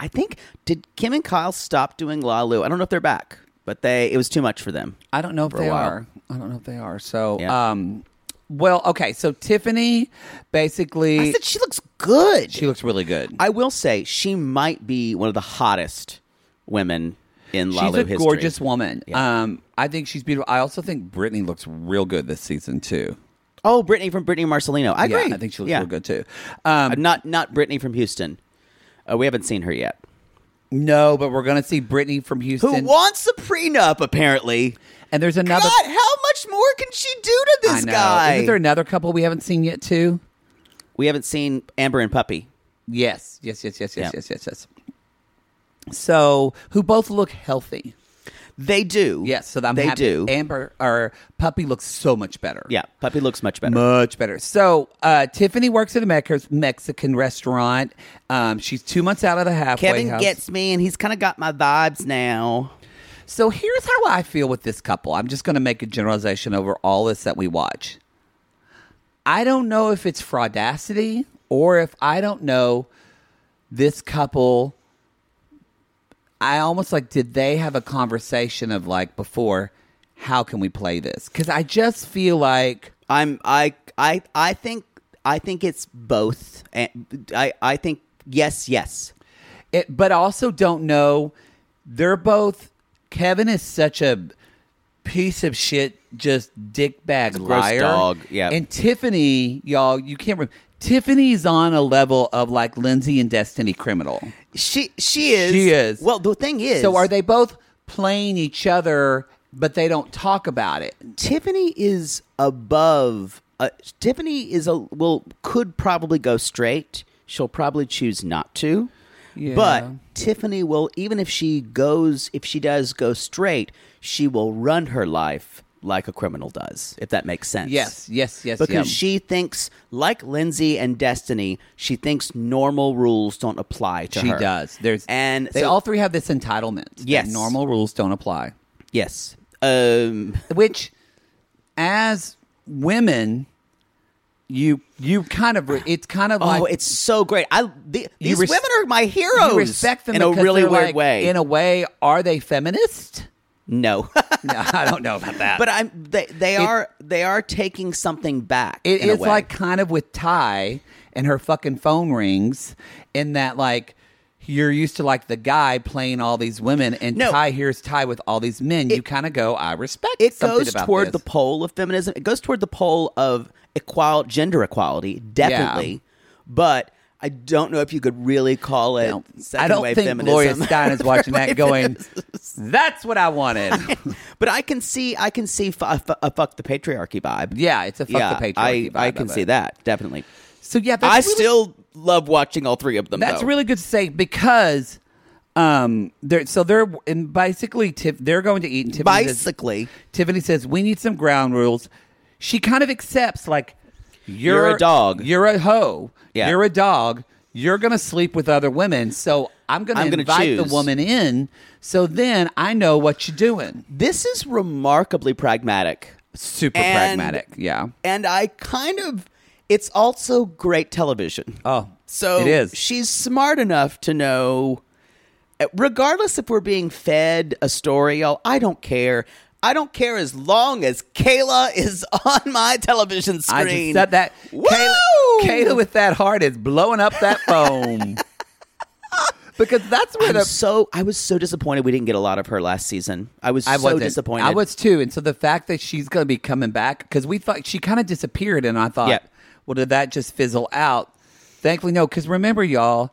I think did Kim and Kyle stop doing Lalu? I don't know if they're back, but they it was too much for them. I don't know if For a they while. are. I don't know if they are. So Yeah. um. Well, okay. So Tiffany, basically, I said she looks good. she looks really good. I will say she might be one of the hottest women in She's Lalu a history. gorgeous woman. Um, I think she's beautiful. I also think Brittany looks real good this season too. Oh, Brittany from Brittany and Marcelino. I Yeah, agree. I think she looks Yeah. real good too. Um, Uh, not not Brittany from Houston. Uh, we haven't seen her yet. no, but we're gonna see Brittany from Who Houston. wants a prenup? Apparently, And there's another. God, how much more can she do to I this know. guy? Isn't there another couple we haven't seen yet too? we haven't seen Amber and Puppy. Yes, yes, yes, yes, yes, Yeah. yes, yes, yes. So, who both look healthy? They do. Yes, so I'm they happy. do. Amber or Puppy looks so much better. yeah, Puppy looks much better. Much better. So uh, Tiffany works at a Mex- Mexican restaurant. Um, she's two months out of the halfway Kevin house. gets me, and he's kind of got my vibes now. So here's how I feel with this couple. I'm just going to make a generalization over all this that we watch. I don't know if it's fraudacity or if I don't know this couple. I almost like, did they have a conversation of like before, how can we play this? Because I just feel like, I'm I I I think I think it's both. And I I think yes, yes. it, but I also don't know. They're both, Kevin is such a piece of shit, just dickbag gross liar. dog, yeah. And Tiffany, y'all, you can't remember. Tiffany's on a level of like Lindsay and Destiny Criminal. She she is She is. Well, the thing is, So are they both playing each other, but they don't talk about it? Tiffany is above. Uh, Tiffany is a will could probably go straight. She'll probably choose not to. But Yeah. Tiffany will even if she goes if she does go straight, she will run her life like a criminal does. If that makes sense. Yes, yes, yes. because yeah. she thinks like Lindsay and Destiny, she thinks normal rules don't apply to she her. does. There's and they so- all three have this entitlement. that Yes. normal rules don't apply. yes, um, which as women you you kind of re- it's kind of like oh, it's so great. I the, you these res- women are my you heroes. respect them in a because really they're weird like- way. in a way are they feminist no, no i don't know about that but I'm they they are they are taking something back. It in a is way. like kind of with Ty and her fucking phone rings, in that like you're used to like the guy playing all these women, and No. Ty hears Ty with all these men. you kind of go, I respect. it something goes about toward this. the pole of feminism. It goes toward the pole of equal gender equality, definitely. But I don't know if you could really call it. I don't- second I don't wave think feminism. Gloria Stein is watching that going, that's what I wanted. but I can see, I can see fu- a, fu- a fuck the patriarchy vibe. yeah, it's a fuck the patriarchy. I, vibe I can of see it. that definitely. So yeah, that's I really- still love watching all three of them. that's though. really good to say because um they're so they're and basically Tiff they're going to eat and Tiffany says- Basically. Tiffany says we need some ground rules. She kind of accepts like you're, You're a dog. you're a hoe, Yeah. you're a dog. You're gonna sleep with other women, so I'm gonna I'm gonna invite the choose. woman in. So then I know what you're doing. this is remarkably pragmatic, Super And- pragmatic, yeah. and I kind of. It's also great television. Oh, So It is. she's smart enough to know, regardless if we're being fed a story, y'all, I don't care. I don't care as long as Kayla is on my television I screen. just said that. Woo! Kayla, Kayla with that heart is blowing up that phone. because that's where I'm the so I was so disappointed we didn't get a lot of her last season. I was I so wasn't. disappointed. I was too. And so the fact that she's going to be coming back because we thought she kind of disappeared, and I thought, Yeah. well, did that just fizzle out? Thankfully, no. Because remember, y'all,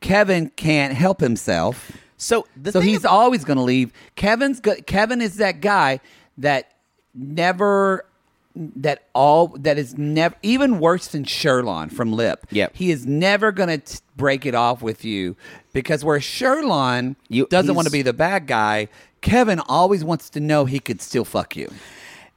Kevin can't help himself, so. The so thing he's ab- always going to leave. Kevin's go- Kevin is that guy that never that all that is never even worse than Sherlon from Lip. Yep. he is never going to break it off with you because where Sherlon You- doesn't want to he's- be the bad guy. Kevin always wants to know he could still fuck you.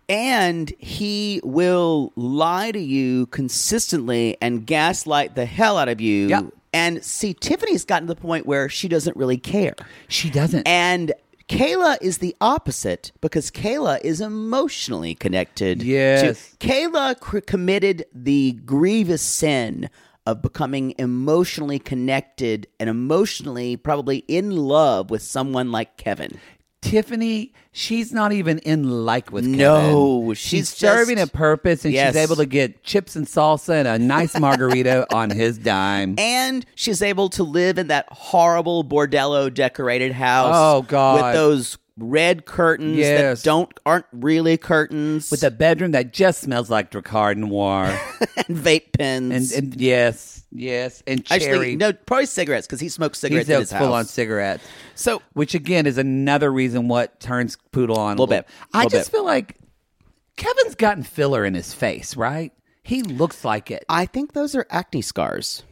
and he will lie to you consistently and gaslight the hell out of you. Yeah. And see, Tiffany's gotten to the point where she doesn't really care. She doesn't. And Kayla is the opposite because Kayla is emotionally connected. Yes. To, Kayla cr- committed the grievous sin of becoming emotionally connected and emotionally probably in love with someone like Kevin. Tiffany, she's not even in like with Kevin. No, she's, she's serving just- a purpose, and Yes. she's able to get chips and salsa and a nice margarita on his dime. And she's able to live in that horrible bordello decorated house. Oh, God. With those red curtains Yes. that don't aren't really curtains with a bedroom that just smells like Dracard Noir, and vape pens and, and yes, yes, and cherry. Actually, no, probably cigarettes because he smokes He's cigarettes in full his house. on cigarettes. So- which again is another reason what turns Poodle on Little bit, I little just bit. feel like Kevin's gotten filler in his face, right? He looks like it. I think those are acne scars.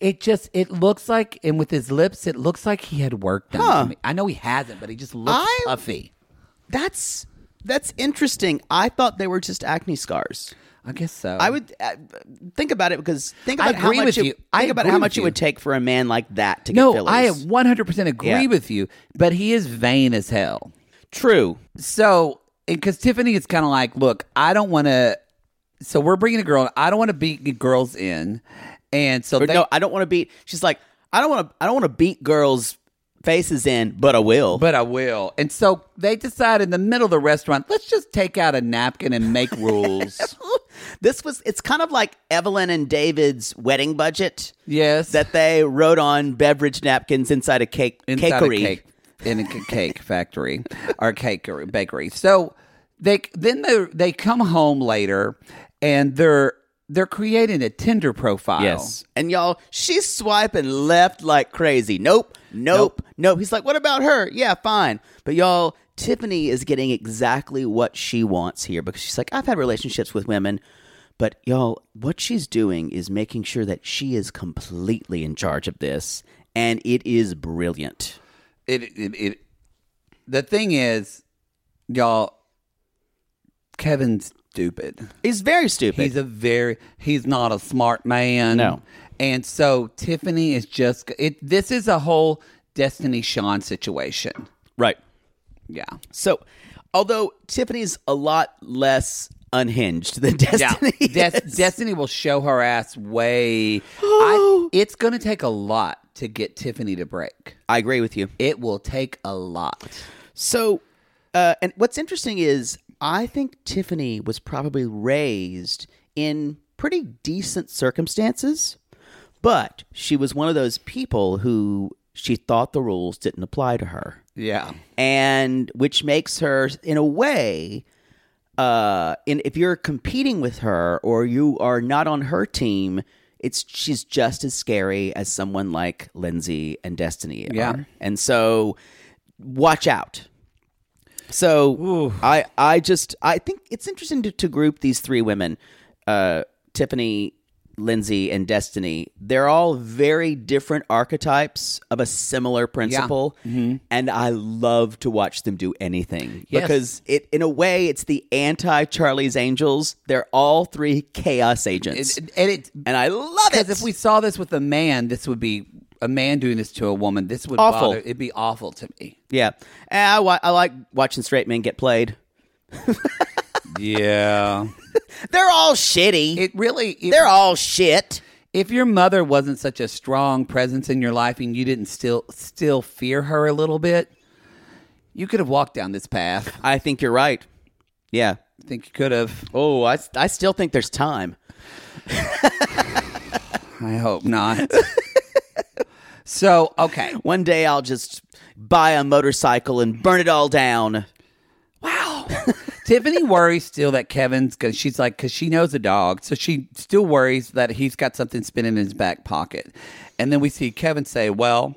It just it looks like, and with his lips, it looks like he had work done. to Huh. me. I know he hasn't, but he just looks I- puffy. That's that's interesting. I thought they were just acne scars. I guess so. I would uh, think about it because think I about how agree much with it, you. Think I about agree how with much it you. would take for a man like that to no, get fillers. I 100% agree Yeah. with you, but he is vain as hell. True. So, because Tiffany is kind of like, look, I don't want to. So we're bringing a girl. I don't want to beat girls in, and so Or they, no, I don't want to beat. She's like, I don't want to. I don't want to beat girls' faces in, but I will. but I will. And so they decide in the middle of the restaurant, let's just take out a napkin and make rules. this was. It's kind of like Evelyn and David's wedding budget. yes, that they wrote on beverage napkins inside a cake inside cakery. a cake in a c- cake factory or cakery bakery. So they then they they come home later and they're they're creating a Tinder profile. And y'all, she's swiping left like crazy. Nope, nope, nope, He's like, what about her? Yeah, fine. But y'all, Tiffany is getting exactly what she wants here because she's like, I've had relationships with women. But y'all, what she's doing is making sure that she is completely in charge of this. And it is brilliant. It, it it the thing is, y'all. Kevin's stupid. He's very stupid. He's a very he's not a smart man. No. And so Tiffany is just it this is a whole Destiny Sean situation. right. Yeah. So, although Tiffany's a lot less unhinged than Destiny, Des- is. Destiny will show her ass way Oh. I, it's going to take a lot to get Tiffany to break. I agree with you. It will take a lot. So, uh, and what's interesting is I think Tiffany was probably raised in pretty decent circumstances, but she was one of those people who she thought the rules didn't apply to her. Yeah. and which makes her in a way uh in if you're competing with her or you are not on her team it's she's just as scary as someone like Lindsay and Destiny are. Yeah. and so watch out so I I just I think it's interesting to, to group these three women, uh, Tiffany, Lindsay, and Destiny. They're all very different archetypes of a similar principle, and I love to watch them do anything Mm-hmm. Yes. because it in a way it's the anti Charlie's Angels. They're all three chaos agents, It, and it and I love it. because if we saw this with a man, this would be a man doing this to a woman. This would Awful. Bother, it'd be awful to me. yeah, and I, wa- I like watching straight men get played. Yeah. They're all shitty. It really it, They're all shit. if your mother wasn't such a strong presence in your life and you didn't still still fear her a little bit, you could have walked down this path. I think you're right. Yeah. I think you could have. Oh, I, s- I still think there's time. I hope not. so, okay. One day I'll just buy a motorcycle and burn it all down. Wow. Tiffany worries still that Kevin's because she's like, because she knows a dog. So she still worries that he's got something spinning in his back pocket. And then we see Kevin say, well,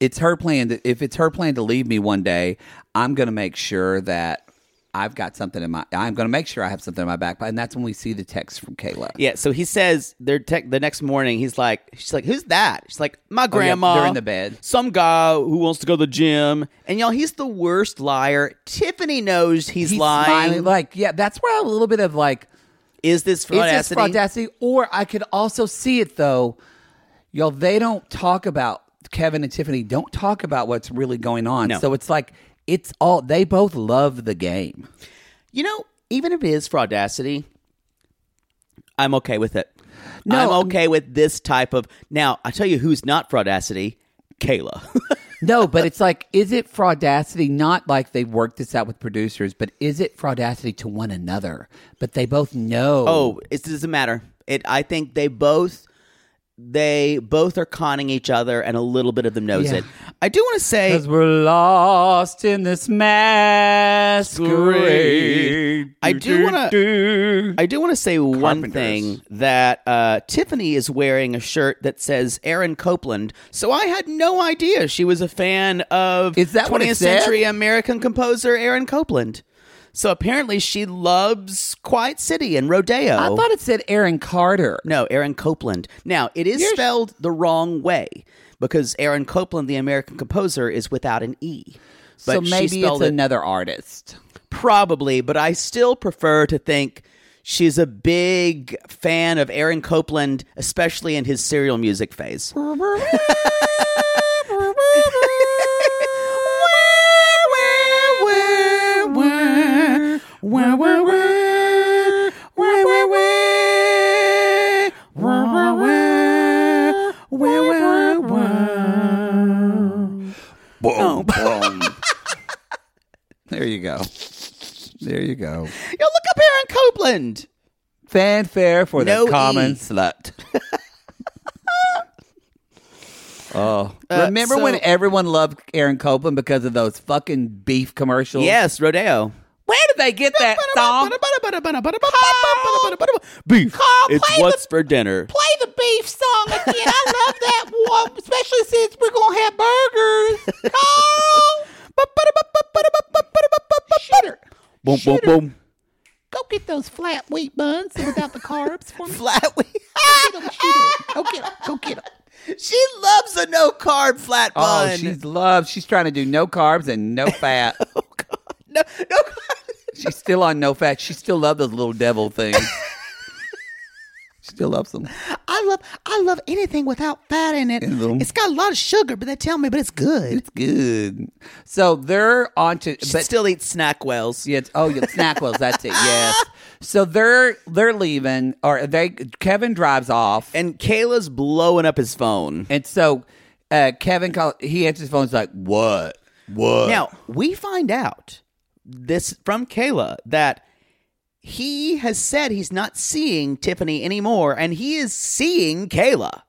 it's her plan. To, if it's her plan to leave me one day, I'm going to make sure that I've got something in my, I'm going to make sure I have something in my back pocket. And that's when we see the text from Kayla. Yeah, so he says their tech the next morning he's like she's like, Who's that? She's like, My Oh, yeah, grandma they're in the bed. Some guy who wants to go to the gym. And y'all, he's the worst liar. Tiffany knows he's, He's lying. smiling, Like, yeah, that's where I have a little bit of like, is this fraudacity? It's just fraudacity. Or I could also see it though, y'all. They don't talk about Kevin and Tiffany. Don't talk about what's really going on. No. So it's like it's all. They both love the game. You know, even if it is fraudacity, I'm okay with it. No, um, I'm okay with this type of now, I tell you who's not fraudacity, Kayla. No, but it's like, is it fraudacity? Not like they worked this out with producers, but is it fraudacity to one another? But they both know. Oh, it doesn't matter. It. I think they both they both are conning each other, and a little bit of them knows Yeah. it. I do want to say. Because we're lost in this masquerade. I do wanna- to. I do want to say one Carpenters. thing that uh, Tiffany is wearing a shirt that says Aaron Copland. So I had no idea she was a fan of Is that 20th what it said? century American composer Aaron Copland. So apparently she loves Quiet City and Rodeo. I thought it said Aaron Carter. No, Aaron Copland. Now, it is spelled the wrong way because Aaron Copland, the American composer, is without an E. But so she maybe it's spelled it another artist. probably, but I still prefer to think she's a big fan of Aaron Copland, especially in his serial music phase. Boom, boom. there you go. There you go. Yo, look up Aaron Copland. Fanfare for No E. the common slut. oh, remember when Uh, so- everyone loved Aaron Copland because of those fucking beef commercials? Yes, Rodeo. Where did they get that song? Beef. Carl, It's play what's for dinner. Play the beef song again. I love that one, especially since we're gonna have burgers. Carl, shooter, Boom, boom, boom. go get those flat wheat buns without the carbs for me. Flat wheat. Go get them. Go get them. She loves a no carb flat bun. Oh, Oh, she's loved. She's trying to do no carbs and no fat. no, no carb. She's still on no fat. She still loves those little devil things. She Still loves them. I love I love anything without fat in it. In them. It's got a lot of sugar, but they tell me, but it's good. It's good. So they're on to. She but still eats snack wells. Yeah. It's, oh, yeah, snack wells. That's it. Yes. So they're they're leaving, or they Kevin drives off, and, And Kayla's blowing up his phone. so uh, Kevin call he answers the phone. He's like, "What? What?" Now, we find out this from Kayla that he has said he's not seeing Tiffany anymore and he is seeing Kayla.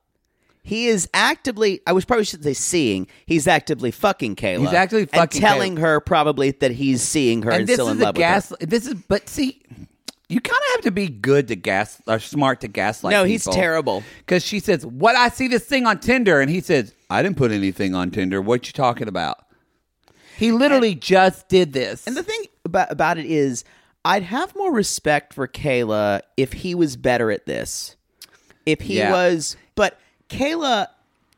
He is actively, I was probably should say seeing, he's actively fucking Kayla. He's actually And fucking telling Kayla. her probably that he's seeing her and, and this still in is a love gas. with This is but see, you kind of have to be good to gas or smart to gaslight. No, he's terrible. because she says, "What I see this thing on Tinder," and he says, "I didn't put anything on Tinder. What you talking about?" He literally just did this. her. And the thing about, about it is, I'd have more respect for Kayla if he was better at this. If he Yeah. was, but Kayla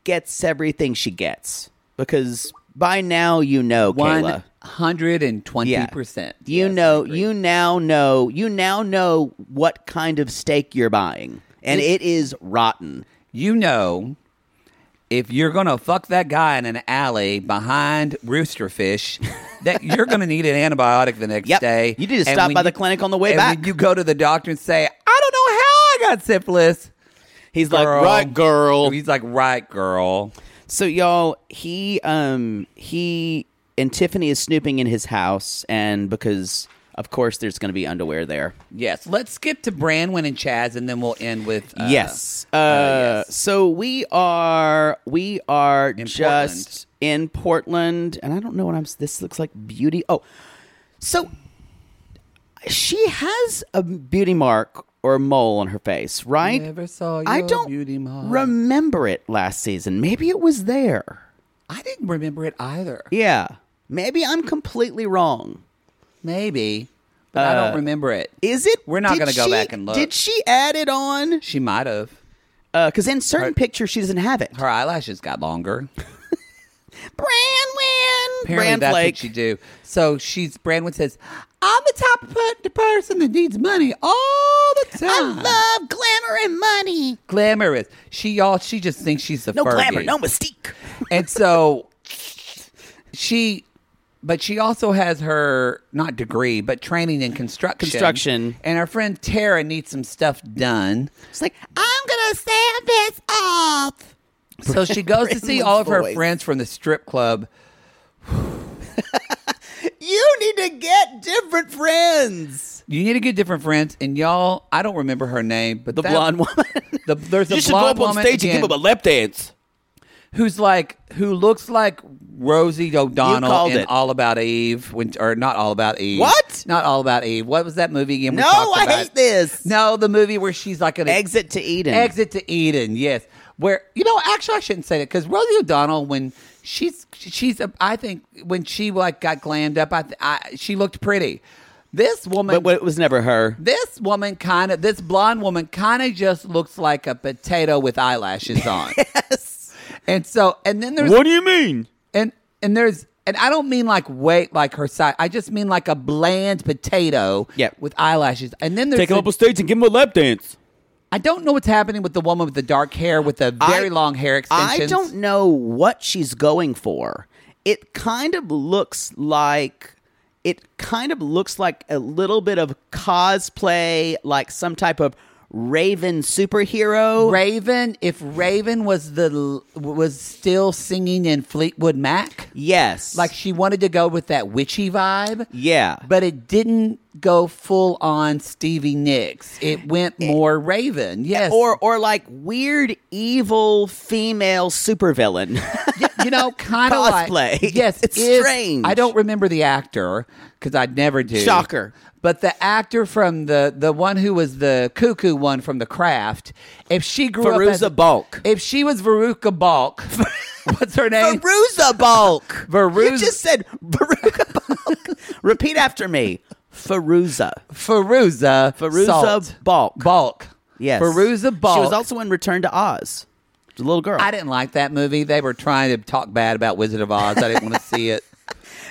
gets everything she gets because by now you know Kayla. one hundred and twenty percent. You know, you now know, you now know what kind of steak you're buying, and it is rotten. you know if you're gonna fuck that guy in an alley behind roosterfish that you're gonna need an antibiotic the next Yep. day You need to And stop when by the clinic on the way and back. when you go to the doctor and say i don't know how i got syphilis He's like, right, girl. He's like, right, girl. So y'all, he um he and Tiffany is snooping in his house, and because of course there's going to be underwear there. Yes. Let's skip to Branwen and Chaz, and then we'll end with uh, yes. Uh, So we are we are just in Portland, and I don't know what I'm. This looks like beauty. Oh, so she has a beauty mark or a mole on her face, right? Never saw I your don't beauty mark. remember it last season. Maybe it was there. I didn't remember it either. Yeah. Maybe I'm completely wrong. Maybe, but I Uh, don't remember it. Is it? We're not did gonna go she- back and look. Did she add it on? She might have. Because in certain pictures, she doesn't have it. Her eyelashes got longer. Branwyn. Apparently, Brand that's Flake. what she do. So she's Branwen says, "I'm the type of per- person that needs money all the I time. love glamour and money. glamorous. She y'all. She just thinks she's the No Fergie. glamour, no mystique. and so she but she also has her not degree but training in construction Construction. and our friend tara needs some stuff done It's like I'm gonna save this off. so she goes to see all of her Voice. friends from the strip club You need to get different friends. you need to get different friends and y'all i don't remember her name but The that- blonde woman. the, there's a you should go blonde up on woman stage again and give him a lap dance. who's like who looks like rosie o'donnell called in it. all about eve when, or not all about eve What? not all about eve what was that movie again we No, talked I about? hate this. no the movie where she's like an Exit to Eden. Exit to Eden, yes. Where you know, actually, I shouldn't say that because Rosie O'Donnell, when she's she's, a, I think when she like got glammed up, I, th- I she looked pretty. This woman, But, but it was never her. this woman kind of, this blonde woman kind of just looks like a potato with eyelashes on. yes. And so, and then there's do you mean? and and there's and I don't mean like weight like her size. I just mean like a bland potato Yep. with eyelashes. And then there's the- stage and give him a lap dance. I don't know what's happening with the woman with the dark hair with the very I- long hair extensions. I don't know what she's going for. It kind of looks like it kind of looks like a little bit of cosplay, like some type of Raven superhero. Raven, if Raven was the was still singing in Fleetwood Mac, yes, like she wanted to go with that witchy vibe, yeah, but it didn't go full on Stevie Nicks. It went more Raven. Yes. or or like weird evil female supervillain. you know, kind of like Cosplay. Yes, It's if- strange. I don't remember the actor because I never do. Shocker. But the actor from the the one who was the cuckoo one from The Craft, if she grew up as Veruza Balk. if she was Veruca Balk, what's her name? Veruza Bulk. Veruz- You just said Veruca Bulk. Repeat after me. Feruza. Veruza Veruza Salt. Balk. Balk. Yes. Veruza Balk. She was also in Return to Oz. She's a little girl. I didn't like that movie. They were trying to talk bad about Wizard of Oz. I didn't want to see it.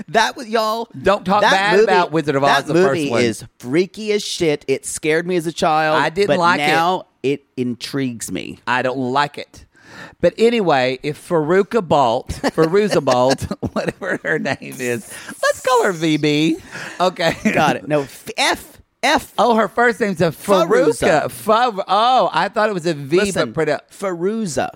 That was y'all. Don't talk that bad about Wizard of Oz, That the first movie one. is freaky as shit. It scared me as a child. I didn't but like it. Now it intrigues me. I don't like it. But anyway, if Faruka Bolt, Faruza Bolt, whatever her name is, let's call her VB. Okay. Got it. No f- f f. Oh, her first name's a Faruza. Faruka. Fav- oh, I thought it was a V, Listen, but put up. Feruza.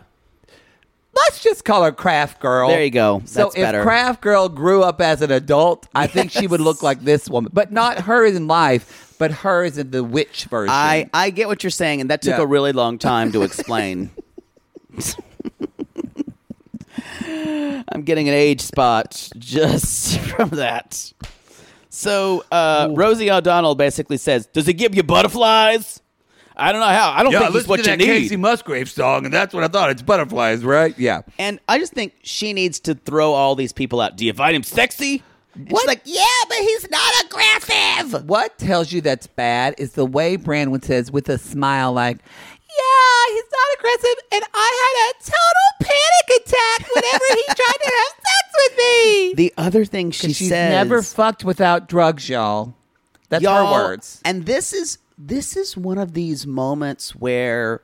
Let's just call her Craft Girl. There you go. So That's if better. Craft Girl grew up as an adult, I think she would look like this woman, but not her in life, but her is in the witch version. I I get what you're saying, and that took Yeah. a really long time to explain. I'm getting an age spot just from that. So uh, Rosie O'Donnell basically says, "Does it give you butterflies?" I don't know how. I don't think it's what you need. Musgrave song, and that's what I thought. It's butterflies, right? Yeah. and I just think she needs to throw all these people out. Do you find him sexy? And She's like, yeah, but he's not aggressive. What tells you that's bad is the way Brandon says with a smile, like, yeah, he's not aggressive, and I had a total panic attack whenever he tried to have sex with me. The other thing she 'Cause she's says, never fucked without drugs, y'all. That's Y'all, her words. And this is this is one of these moments where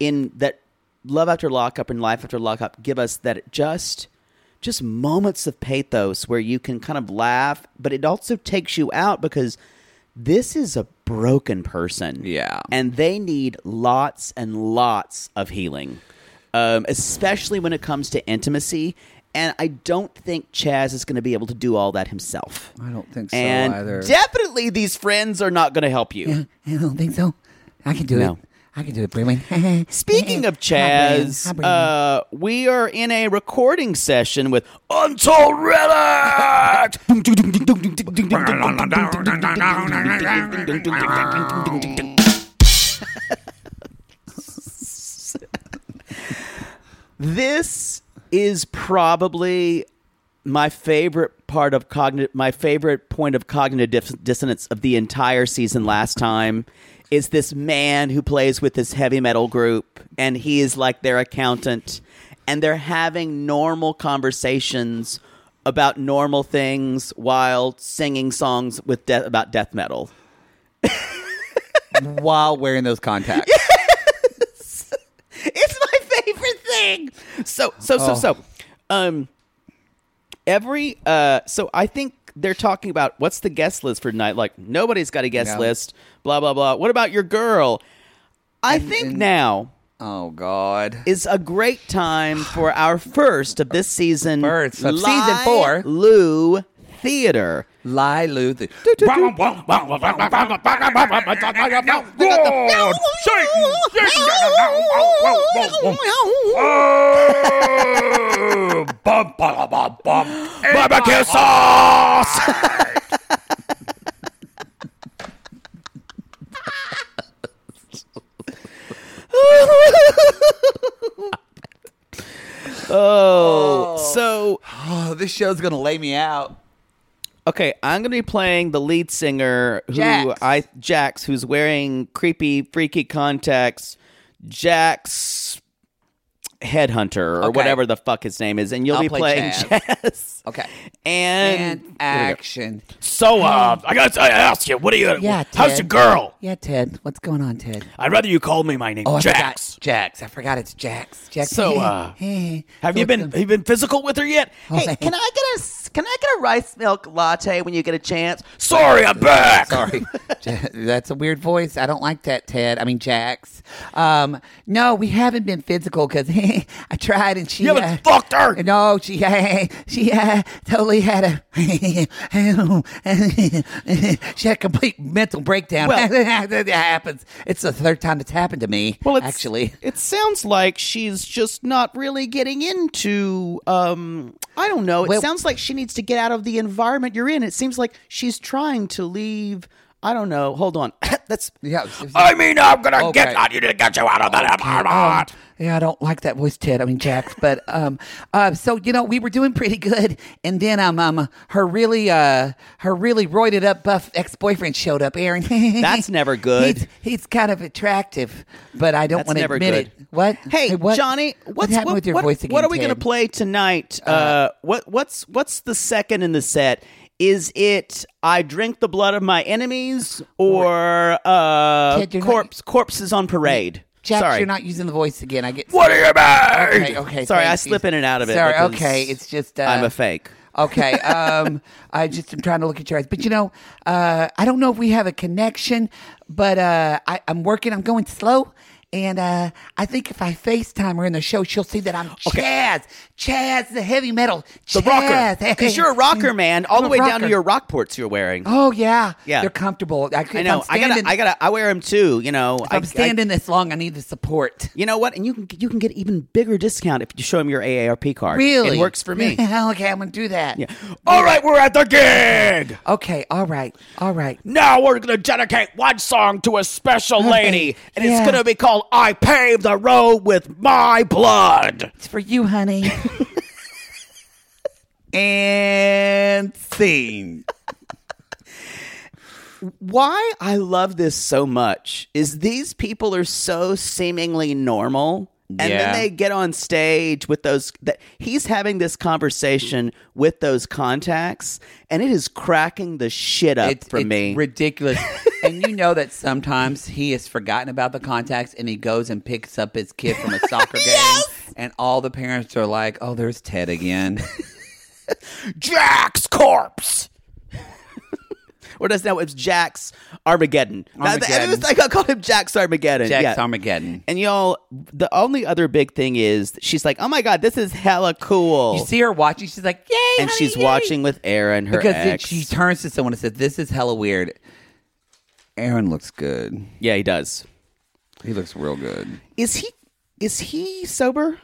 in that love after lockup and life after lockup give us that just just moments of pathos where you can kind of laugh, but it also takes you out because this is a broken person. Yeah. And they need lots and lots of healing, um, especially when it comes to intimacy. And I don't think Chaz is going to be able to do all that himself. I don't think so and either. definitely these friends are not going to help you. I don't think so. I can do No. it. I can do it, Brewing. Speaking of Chaz, uh, we are in a recording session with Untold Relic. this is probably my favorite part of cognitive my favorite point of cognitive dis- dissonance of the entire season last time is this man who plays with this heavy metal group and he is like their accountant and they're having normal conversations about normal things while singing songs with death about death metal while wearing those contacts. It's my favorite thing. So so Oh. so so. Um every uh so I think they're talking about what's the guest list for tonight? Like nobody's got a guest Yeah. list, blah blah blah. What about your girl? I think now Oh God. is a great time for our first of this season. First of season four. Lou Theater. Lie Luther. Oh, Barbecue sauce. oh, so Oh, this show's gonna lay me out. okay, I'm gonna be playing the lead singer who Jax. I Jax, who's wearing creepy, freaky contacts. Jax Headhunter or Okay. whatever the fuck his name is, and you'll I'll be play playing Chaz. Jazz. Okay. And, And action. So, uh, I gotta I ask you, what are you? Yeah, how's Ted. your girl? Yeah, Ted. What's going on, Ted? I'd rather you call me my name, Oh, I Jax. forgot. Jax. I forgot it's Jax. Jax. So, uh, hey, Have you been have you been physical with her yet? Hey, can I get a can I get a rice milk latte when you get a chance? Sorry, I'm back. Sorry. Ja- That's a weird voice. I don't like that, Ted. I mean, Jax. Um, no, we haven't been physical because I tried and she. uh, You haven't fucked her. No, she she uh, totally had a she had a complete mental breakdown. Well- that happens. It's the third time it's happened to me. Well, it's, actually, it sounds like she's just not really getting into. Um, I don't know. It Well- sounds like she needs to get out of the environment you're in. It seems like she's trying to leave. I don't know. Hold on. That's yeah. I mean, I'm gonna Okay. get out you to get you out of that Um, environment. yeah, I don't like that voice, Ted. I mean, Jax. But um, uh, so you know, we were doing pretty good, and then um, um, her really, uh, her really roided up buff ex boyfriend showed up. Aaron, That's never good. He's, he's kind of attractive, but I don't That's want to never admit good. it. What? Hey, what? Johnny, What what's happened what, with your what- voice again? What are we going to Ted? play tonight? Uh, what what's what's the second in the set? Is it I drink the blood of my enemies or uh, Ted, you're not- corpse corpses on parade? Jax, Sorry, you're not using the voice again. I get What are you back? Okay, okay. Sorry, I thanks. slip in and out of it Sorry, because okay. It's just uh, I'm a fake. Okay, um, I just am trying to look at your eyes, but you know, uh, I don't know if we have a connection, but uh, I, I'm working. I'm going slow, and uh, I think if I FaceTime her in the show, she'll see that I'm Chaz. Chaz, the heavy metal. The rocker, Chaz. because you're a rocker man, all I'm the a way down to rocker. your rock ports you're wearing. Oh yeah, Yeah. They're comfortable. I, if I know. I'm I gotta. standing- I gotta. I wear them too. You know. If I'm I- I- standing this long, I need the support. You know what? And you can you can get even bigger discount if you show him your AARP card. Really, it works for me. okay, I'm gonna do that. Yeah. All right, we're at the gig. Okay. All right. All right. Now we're gonna dedicate one song to a special lady, and yeah. it's gonna be called "I Paved the Road with My Blood." It's for you, honey. and scene. Why I love this so much is these people are so seemingly normal. And Yeah. then they get on stage with those. That he's having this conversation with those contacts, and it is cracking the shit up It's, for it's me. ridiculous. and you know that sometimes he has forgotten about the contacts and he goes and picks up his kid from a soccer game. And all the parents are like, oh, there's Ted again. Jack's corpse. Or does now it's Jack's Armageddon. I, it was Armageddon. like I called him Jack's Armageddon. Jack's yeah. Armageddon. And y'all, the only other big thing is she's like, "Oh my god, this is hella cool." You see her watching. She's like, "Yay!" and honey, she's yay." watching with Aaron, her because then ex. she turns to someone and says, "This is hella weird." Aaron looks good. yeah, he does. He looks real good. Is he? Is he sober?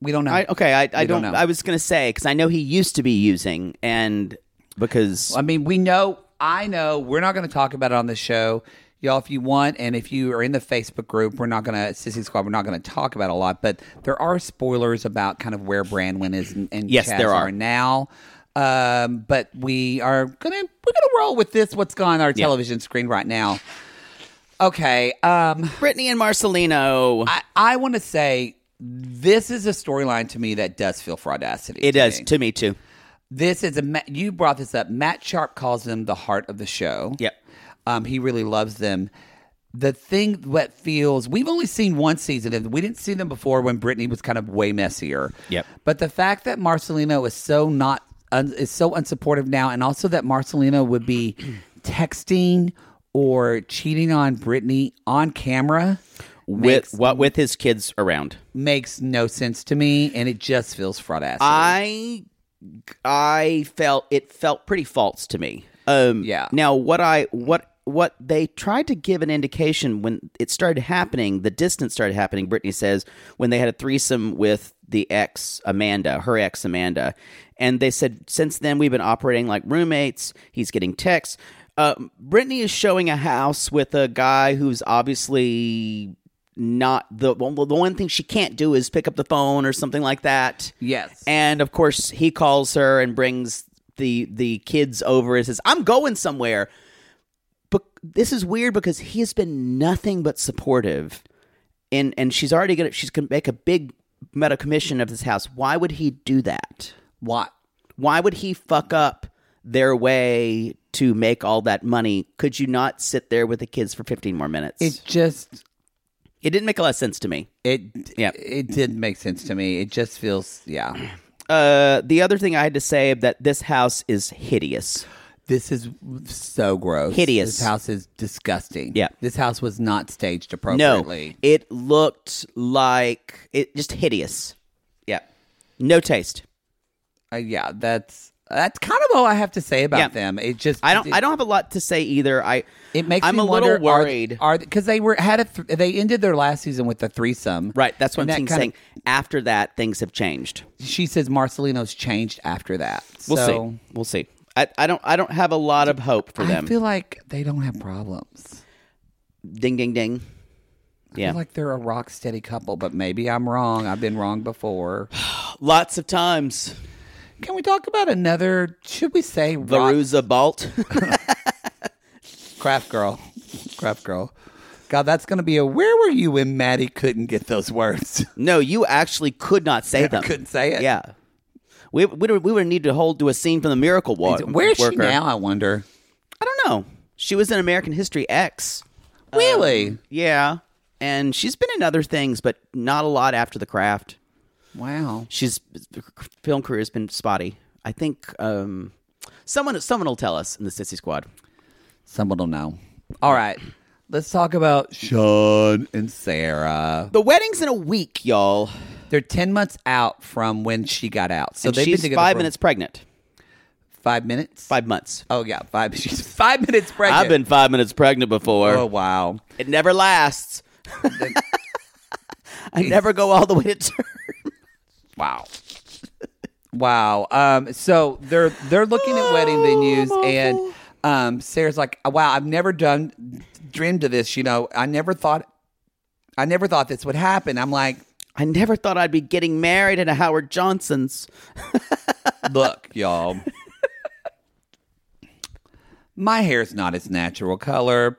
We don't know. I, okay, I, I We don't. don't know. I was gonna say because I know he used to be using, and because I mean, we know, I know, we're not going to talk about it on the show. Y'all, if you want, and if you are in the Facebook group, we're not going to, Sissy Squad, we're not going to talk about it a lot, but there are spoilers about kind of where Brandwin is and, and Yes, Chaz there are. now. Um, but we are going to, we're going to roll with this, what's going on our Yeah. television screen right now. Okay. Um, Brittany and Marcelino, I, I want to say this is a storyline to me that does feel fraudacity. it to does me. to me too. This is a Ma- you brought this up. Matt Sharp calls them the heart of the show. Yep. um, he really loves them. The thing that feels we've only seen one season, and we didn't see them before when Brittany was kind of way messier. Yep. But the fact that Marcelino is so not un, is so unsupportive now, and also that Marcelino would be texting or cheating on Brittany on camera With makes, what with his kids around, makes no sense to me, and it just feels fraud ass. I I felt it felt pretty false to me. Um, Yeah. Now what I what what they tried to give an indication when it started happening, the distance started happening. Brittany says when they had a threesome with the ex Amanda, her ex Amanda, and they said since then we've been operating like roommates. He's getting texts. Uh, Brittany is showing a house with a guy who's obviously not the well, the one thing she can't do is pick up the phone or something like that. Yes. And of course, he calls her and brings the the kids over and says, "I'm going somewhere." But this is weird because he has been nothing but supportive, and and she's already gonna she's gonna make a big meta commission of this house. Why would he do that? what Why would he fuck up their way to make all that money? Could you not sit there with the kids for 15 more minutes? it just it didn't make a lot of sense to me. It Yeah. it did make sense to me. It just feels yeah. Uh, the other thing I had to say that this house is hideous. This is so gross. Hideous. This house is disgusting. Yeah. This house was not staged No, appropriately. it looked like it just hideous. Yeah, no taste. Uh, yeah, that's that's kind of all I have to say about Yeah. them. It just I don't. it, I don't have a lot to say either. I. It makes I'm me a little wonder, are- worried. Are because they were had a th- they ended their last season with a threesome. right. That's what And I'm that saying. kind saying after that, things have changed. of- she says Marcelino's changed after that. We'll so see. We'll see. I, I don't. I don't have a lot of hope for I them. feel like they don't have problems. ding, ding, ding. I Yeah. feel like they're a rock steady couple, but maybe I'm wrong. I've been wrong before. Lots of times. Can we talk about another? Should we say rock- Veruza Balt. craft girl? Craft girl. God, that's going to be a. Where were you when Maddie couldn't get those words? no, you actually could not say them. couldn't say it. Yeah. We, we, would- we would need to hold to a scene from the Miracle Wa- Worker. Where's she now? I wonder. I don't know. She was in American History X. Really? Um, Yeah. And she's been in other things, but not a lot after the craft. wow. She's her film career has been spotty. I think um, someone someone will tell us in the Sissy Squad. Someone will know. All right. Let's talk about Sean and Sarah. The wedding's in a week, y'all. They're ten months out from when she got out, so and they've she's been together five for minutes pregnant. Five minutes. Five months. Oh yeah, five. She's five minutes pregnant. I've been five minutes pregnant before. Oh wow. It never lasts. I never go all the way to term. Wow. Wow. Um, so they're they're looking at wedding venues and um, Sarah's like, wow, I've never done dreamed of this, you know. I never thought I never thought this would happen. I'm like, I never thought I'd be getting married at a Howard Johnson's. look, y'all. My hair's not its natural color.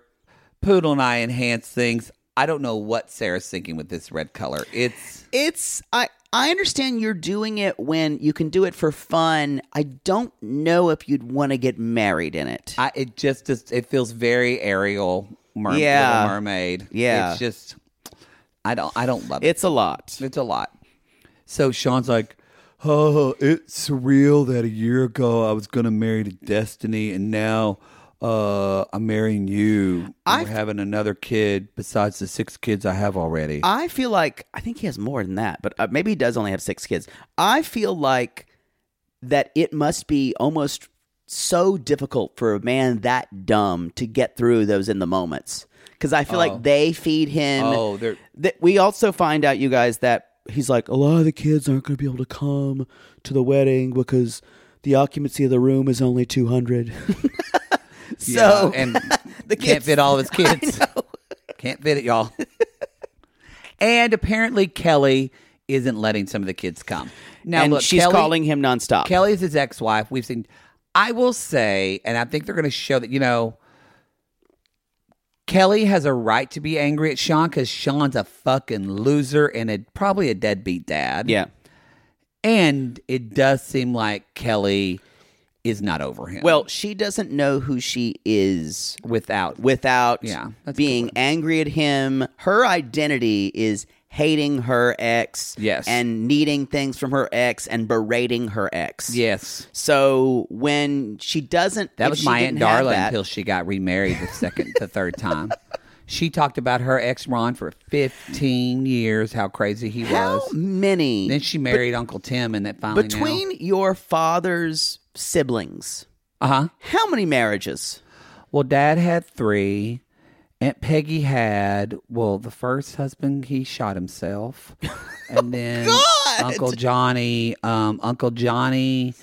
Poodle and I enhance things. I don't know what Sarah's thinking with this red color. It's It's I I understand you're doing it when you can do it for fun. I don't know if you'd want to get married in it. I, it just does, it feels very Ariel, mer- Yeah. Little Mermaid. Yeah. it's just I don't I don't love it. it's a lot. It's a lot. So Sean's like, oh, it's surreal that a year ago I was going to marry to Destiny, and now uh, I'm marrying you. I'm having another kid besides the six kids I have already. I feel like I think he has more than that, but uh, maybe he does only have six kids. I feel like that it must be almost so difficult for a man that dumb to get through those in the moments because I feel like they feed him. Oh, they're- Th- we also find out, you guys, that he's like a lot of the kids aren't going to be able to come to the wedding because the occupancy of the room is only two hundred. so Yeah, and the can't kids- fit all of his kids. Can't fit it, y'all. and apparently Kelly isn't letting some of the kids come. Now and look, she's Kelly- calling him nonstop. Kelly is his ex-wife. We've seen. I will say, and I think they're going to show that you know. Kelly has a right to be angry at Sean because Sean's a fucking loser and a, probably a deadbeat dad. yeah. and it does seem like Kelly is not over him. Well, she doesn't know who she is without without Yeah, that's a good being one. angry at him. Her identity is hating her ex Yes. and needing things from her ex and berating her ex. yes, So when she doesn't That if was she my didn't aunt have Darla that- until she got remarried the second, the third time. She talked about her ex Ron for fifteen years, how crazy he how was. many Then she married Uncle Tim, and that finally between your father's siblings, uh huh. how many marriages? Well, Dad had three. Aunt Peggy had well, the first husband he shot himself, and then Uncle Johnny. Um, Uncle Johnny,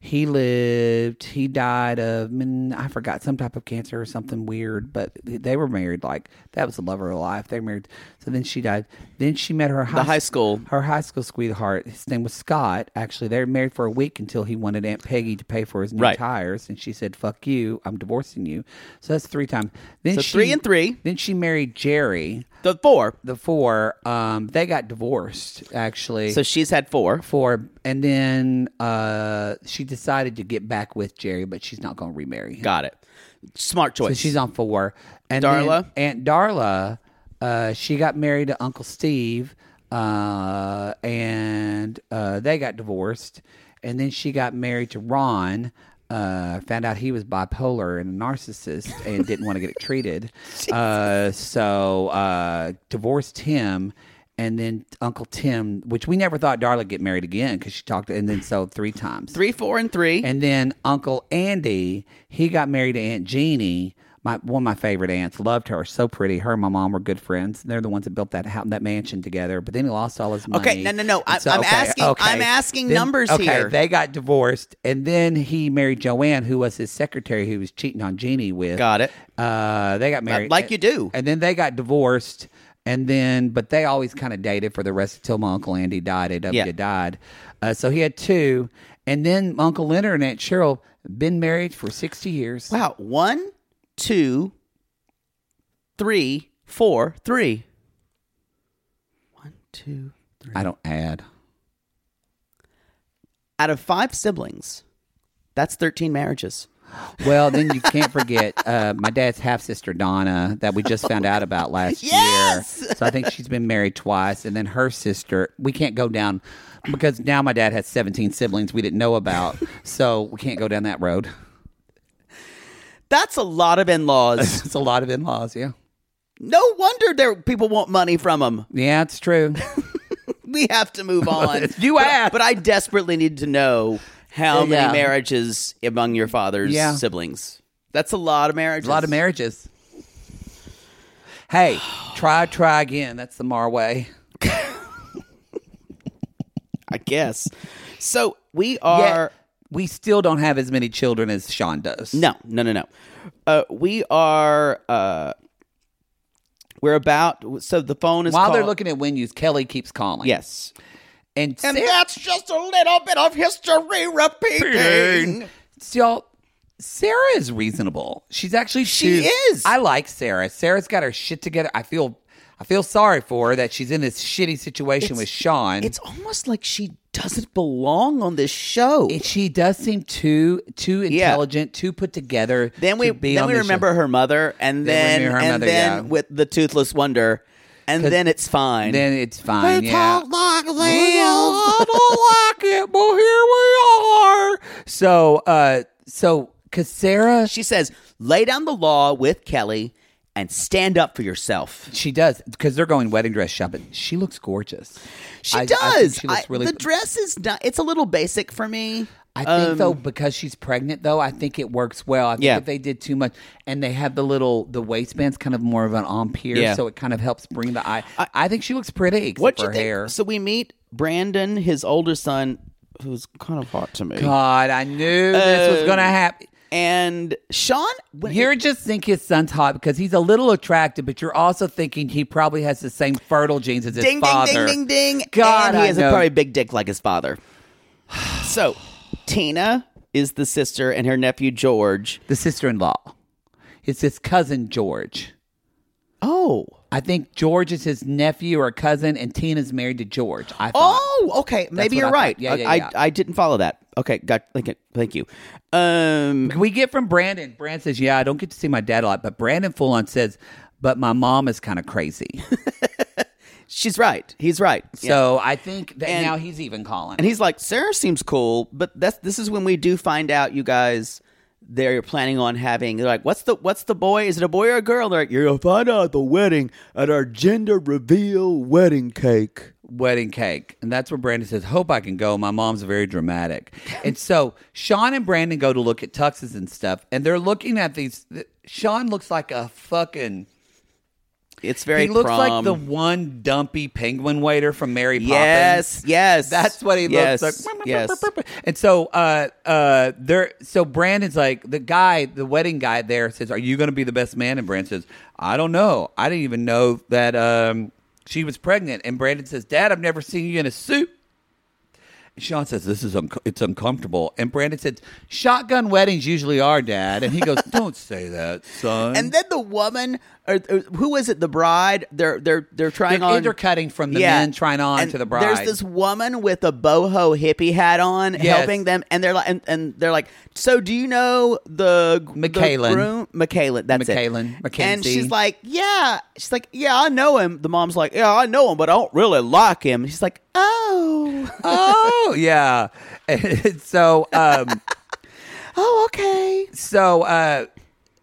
he lived. He died of mm, I forgot some type of cancer or something weird. But they were married. Like that was the love of her life. They were married. So then she died. Then she met her high, The high school. her high school sweetheart. His name was Scott. Actually, they were married for a week until he wanted Aunt Peggy to pay for his new Right. tires, and she said, "Fuck you, I'm divorcing you." So that's three times. Then So she, three and three. Then she married Jerry. The four. The four, um, they got divorced actually. So she's had four. four, and then uh, she decided to get back with Jerry, but she's not going to remarry him. Got it. Smart So choice. she's on four. And Darla? then Aunt Darla, uh, she got married to Uncle Steve, uh, and uh, they got divorced. And then she got married to Ron. Uh, found out he was bipolar and a narcissist and didn't want to get it treated. Uh, so uh, divorced him. And then Uncle Tim, which we never thought Darla get married again because she talked, and then so three times. three, four, and three. And then Uncle Andy, he got married to Aunt Jeannie. My one of my favorite aunts loved her, so pretty. Her and my mom were good friends. They're the ones that built that house, that mansion together. But then he lost all his money. Okay, no, no, no. I- And so- I'm asking- I'm asking numbers okay, here. They got divorced, and then he married Joanne, who was his secretary, who was cheating on Jeannie with. Got it. Uh, they got married like you do. and then they got divorced. And then, but they always kind of dated for the rest until my uncle Andy died. AW Yeah. died, uh, so he had two. And then my uncle Leonard and Aunt Cheryl been married for sixty years. Wow. One, two, three, four, three. One, two, three. I don't add. Out of five siblings, that's 13 marriages. Well, then you can't forget uh, my dad's half sister Donna that we just found out about last year. So I think she's been married twice, and then her sister. We can't go down because now my dad has seventeen siblings we didn't know about, so we can't go down that road. That's a lot of in laws. It's a lot of in laws, yeah. no wonder there people want money from them. Yeah, it's true. We have to move on. You but, asked. But I desperately need to know how Yeah. many marriages among your father's Yeah. siblings. That's a lot of marriages. a lot of marriages. Hey, try, try again. That's the Mar way. I guess. So we Yet, are. we still don't have as many children as Sean does. No, no, no, no. Uh, we are. Uh, we're about. So the phone is While they're called- looking at venues, Kelly keeps calling. Yes, And, and Sarah- that's just a little bit of history repeating. y'all, Sarah is reasonable. She's actually She too- is. I like Sarah. Sarah's got her shit together. I feel I feel sorry for her that she's in this shitty situation with Sean. It's almost like she doesn't belong on this show. And she does seem too too Yeah. intelligent, too put together. then we to be then on we this remember show. her mother, and Then then, we knew her and mother, then yeah. with the toothless wonder, and then it's fine. Then it's fine. yeah. like this. I don't like it, boy. So, uh, so because Sarah, She says, lay down the law with Kelly and stand up for yourself. she does because they're going wedding dress shopping. She looks gorgeous. She I- I think does. she looks I- really. the dress is not, it's a little basic for me. I think though because she's pregnant though, I think it works well. I think Um, Yeah. if they did too much and they have the little the waistband's kind of more of an on pier, Yeah. so it kind of helps bring the eye. I, think she looks pretty except What for you her think? hair. So we meet Brandon, his older son, who's kind of hot to me. God, I knew this was Um, gonna happen. And Sean, when You're just think his son's hot because he's a little attractive, but you're also thinking he probably has the same fertile genes as his ding, father. ding, ding, ding, ding. God, and he I has know. a probably big dick like his father. So Tina is the sister, and her nephew George. The sister-in-law, it's his cousin George. Oh, I think George is his nephew or cousin, and Tina's married to George. I thought. oh, okay. Maybe what you're I thought. right. Yeah, yeah, I, yeah. I, I didn't follow that. Okay, got thank you. Thank you. Um, We get from Brandon. Brandon says, "Yeah, I don't get to see my dad a lot," but Brandon full on says, "But my mom is kind of crazy." she's right. He's right. Yeah. So I think that And- now he's even calling. And he's like, Sarah seems cool, but that's this is when we do find out, you guys. They're planning on having. They're like, what's the what's the boy? Is it a boy or a girl? They're like, you're gonna find out at the wedding at our gender reveal wedding cake. wedding cake. And that's where Brandon says, Hope I can go. My mom's very dramatic. and so Sean and Brandon go to look at tuxes and stuff. And they're looking at these. th- Sean looks like a fucking. It's very. he looks like prom. the one dumpy penguin waiter from Mary Poppins. Yes, yes. That's what he Yes, looks like. yes. And so uh uh there so Brandon's like the guy, the wedding guy there says, Are you gonna be the best man? And Brandon says, I don't know. I didn't even know that um she was pregnant. And Brandon says, Dad, I've never seen you in a suit. Sean says this is unco- it's uncomfortable, and Brandon said, "Shotgun weddings usually are, Dad." And he goes, "Don't say that, son." And then the woman, or, or who is it? The bride. They're they're they're trying They're on intercutting from the men trying on And to the bride. There's this woman with a boho hippie hat on, Yes. helping them, and they're like, and, and they're like, so do you know the McKaylin. the groom? McKaylin, that's McKaylin, it. And Mackenzie. she's like, yeah, she's like, yeah, I know him. The mom's like, yeah, I know him, but I don't really like him. And she's like, oh, oh yeah And so um oh, okay. so uh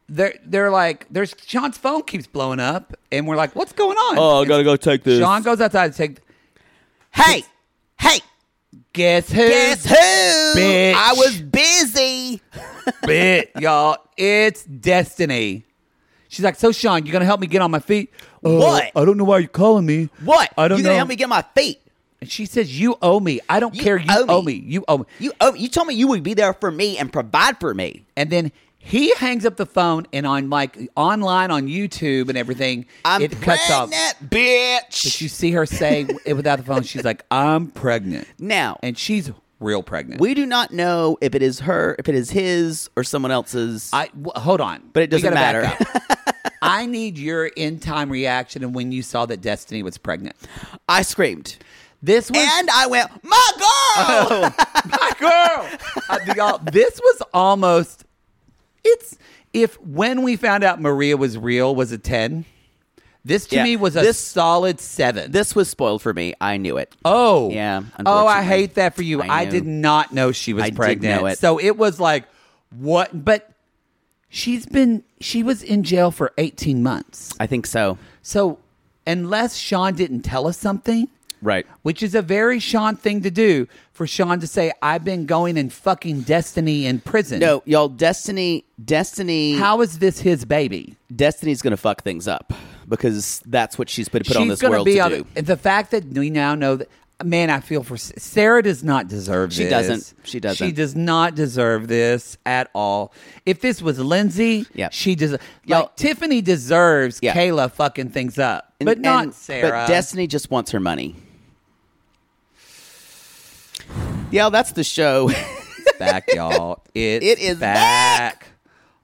they're they're like there's sean's phone keeps blowing up and we're like what's going on Oh, I gotta go take this. sean goes outside to take Hey, hey, guess who guess who? Bitch. I was busy. bit y'all it's destiny she's like so sean you gonna help me get on my feet Uh, What? i don't know why you're calling me What? i don't you know gonna help me get my feet? and she says you owe me i don't You care you owe me. owe me you owe me You oh, you told me you would be there for me and provide for me. And then he hangs up the phone and on like online on YouTube and everything, I'm it cuts off. pregnant, bitch. But you see her say it without the phone, she's like, I'm pregnant. Now- And she's real pregnant. we do not know if it is her, if it is his, or someone else's. I w- hold on. But it We doesn't gotta back matter. up. I need your in time reaction and when you saw that Destiny was pregnant. I screamed, This was and I went, "My Oh. girl!" my girl. Uh, do y'all, this was almost. It's if when we found out Maria was real was a ten. This to Yeah. me was a This- solid seven. This was spoiled for me. I knew it. oh Yeah, Oh, I unfortunately. hate that for you. I, I knew. did not know she was I did pregnant. know it. So it was like what? But she's been she was in jail for eighteen months. I think so. So unless Sean didn't tell us something, Right. which is a very Sean thing to do for Sean to say, I've been going in fucking destiny in prison. No, y'all. Destiny, Destiny, How is this his baby? Destiny's gonna fuck things up because that's what she's been put on this gonna world to on do. the fact that we now know that. Man, I feel for S- Sarah. Does not deserve She this. doesn't. She doesn't. She does not deserve this at all. If this was Lindsay, Yeah. she does. Yeah. Like Tiffany deserves Yeah. Kayla fucking things up, And- but not and- Sarah. But Destiny just wants her money. Yeah, that's the show. back, y'all. It's It is back.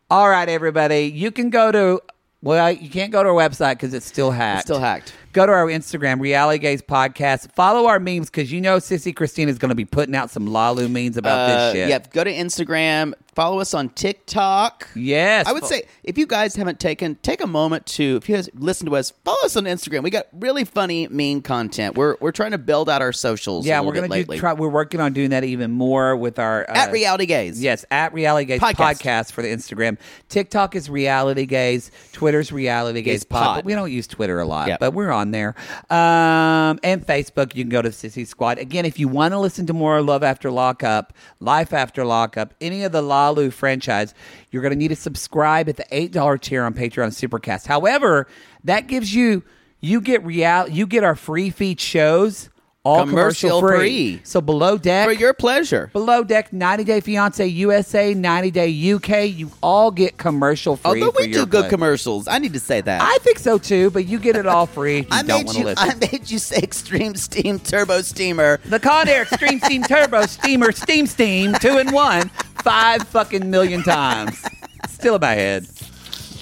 All right, everybody. You can go to well, you can't go to our website because it's still hacked. still hacked. Go to our Instagram, Reality Gaze Podcast. Follow our memes because you know Sissy Christine is going to be putting out some Lalu memes about Uh, this shit. Yep. Go to Instagram. Follow us on TikTok. Yes. I would say if you guys haven't taken, take a moment to if you guys listen to us, follow us on Instagram. We got really funny meme content. We're we're trying to build out our socials. Yeah, a we're little bit gonna do. lately. Try, we're working on doing that even more with our uh, at Reality Gaze. Yes, at Reality Gaze Podcast. podcast. for the Instagram. TikTok is Reality Gaze. Twitter's Reality Gaze, Gaze Pod. Pod. But we don't use Twitter a lot, Yep. but we're on there. Um, and Facebook, you can go to Sissy Squad. Again, if you want to listen to more Love After Lockup, Life After Lockup, any of the Lalu franchise, you're going to need to subscribe at the eight dollar tier on Patreon Supercast. However, that gives you you get real you get our free feed shows. All commercial, Commercial free. free. So below deck For your pleasure. Below Deck, 90 Day Fiance USA, 90 Day UK. You all get commercial free. Although for we your do good play. commercials, I need to say that. I think so too, but you get it all free. If you I don't made want you. to listen. I made you say Extreme Steam Turbo Steamer. the Conair Extreme Steam Turbo Steamer Steam Steam two in one five fucking million times. Still in my head.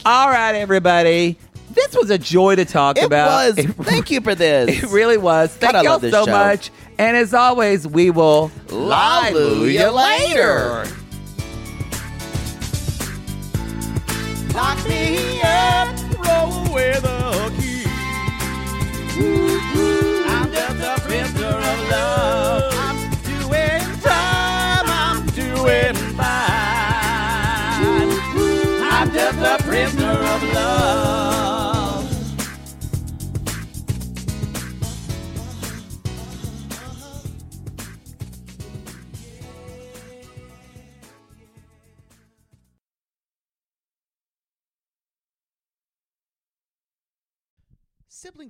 All right, everybody. This was a joy to talk It about. was. Thank you for this. It really was. Thank God, I y'all love this so show. much. And as always, we will Lalu you later. Lock me up, roll away the key. I'm just a prisoner of love. I'm doing time, I'm doing fine. I'm just a prisoner of love. Sibling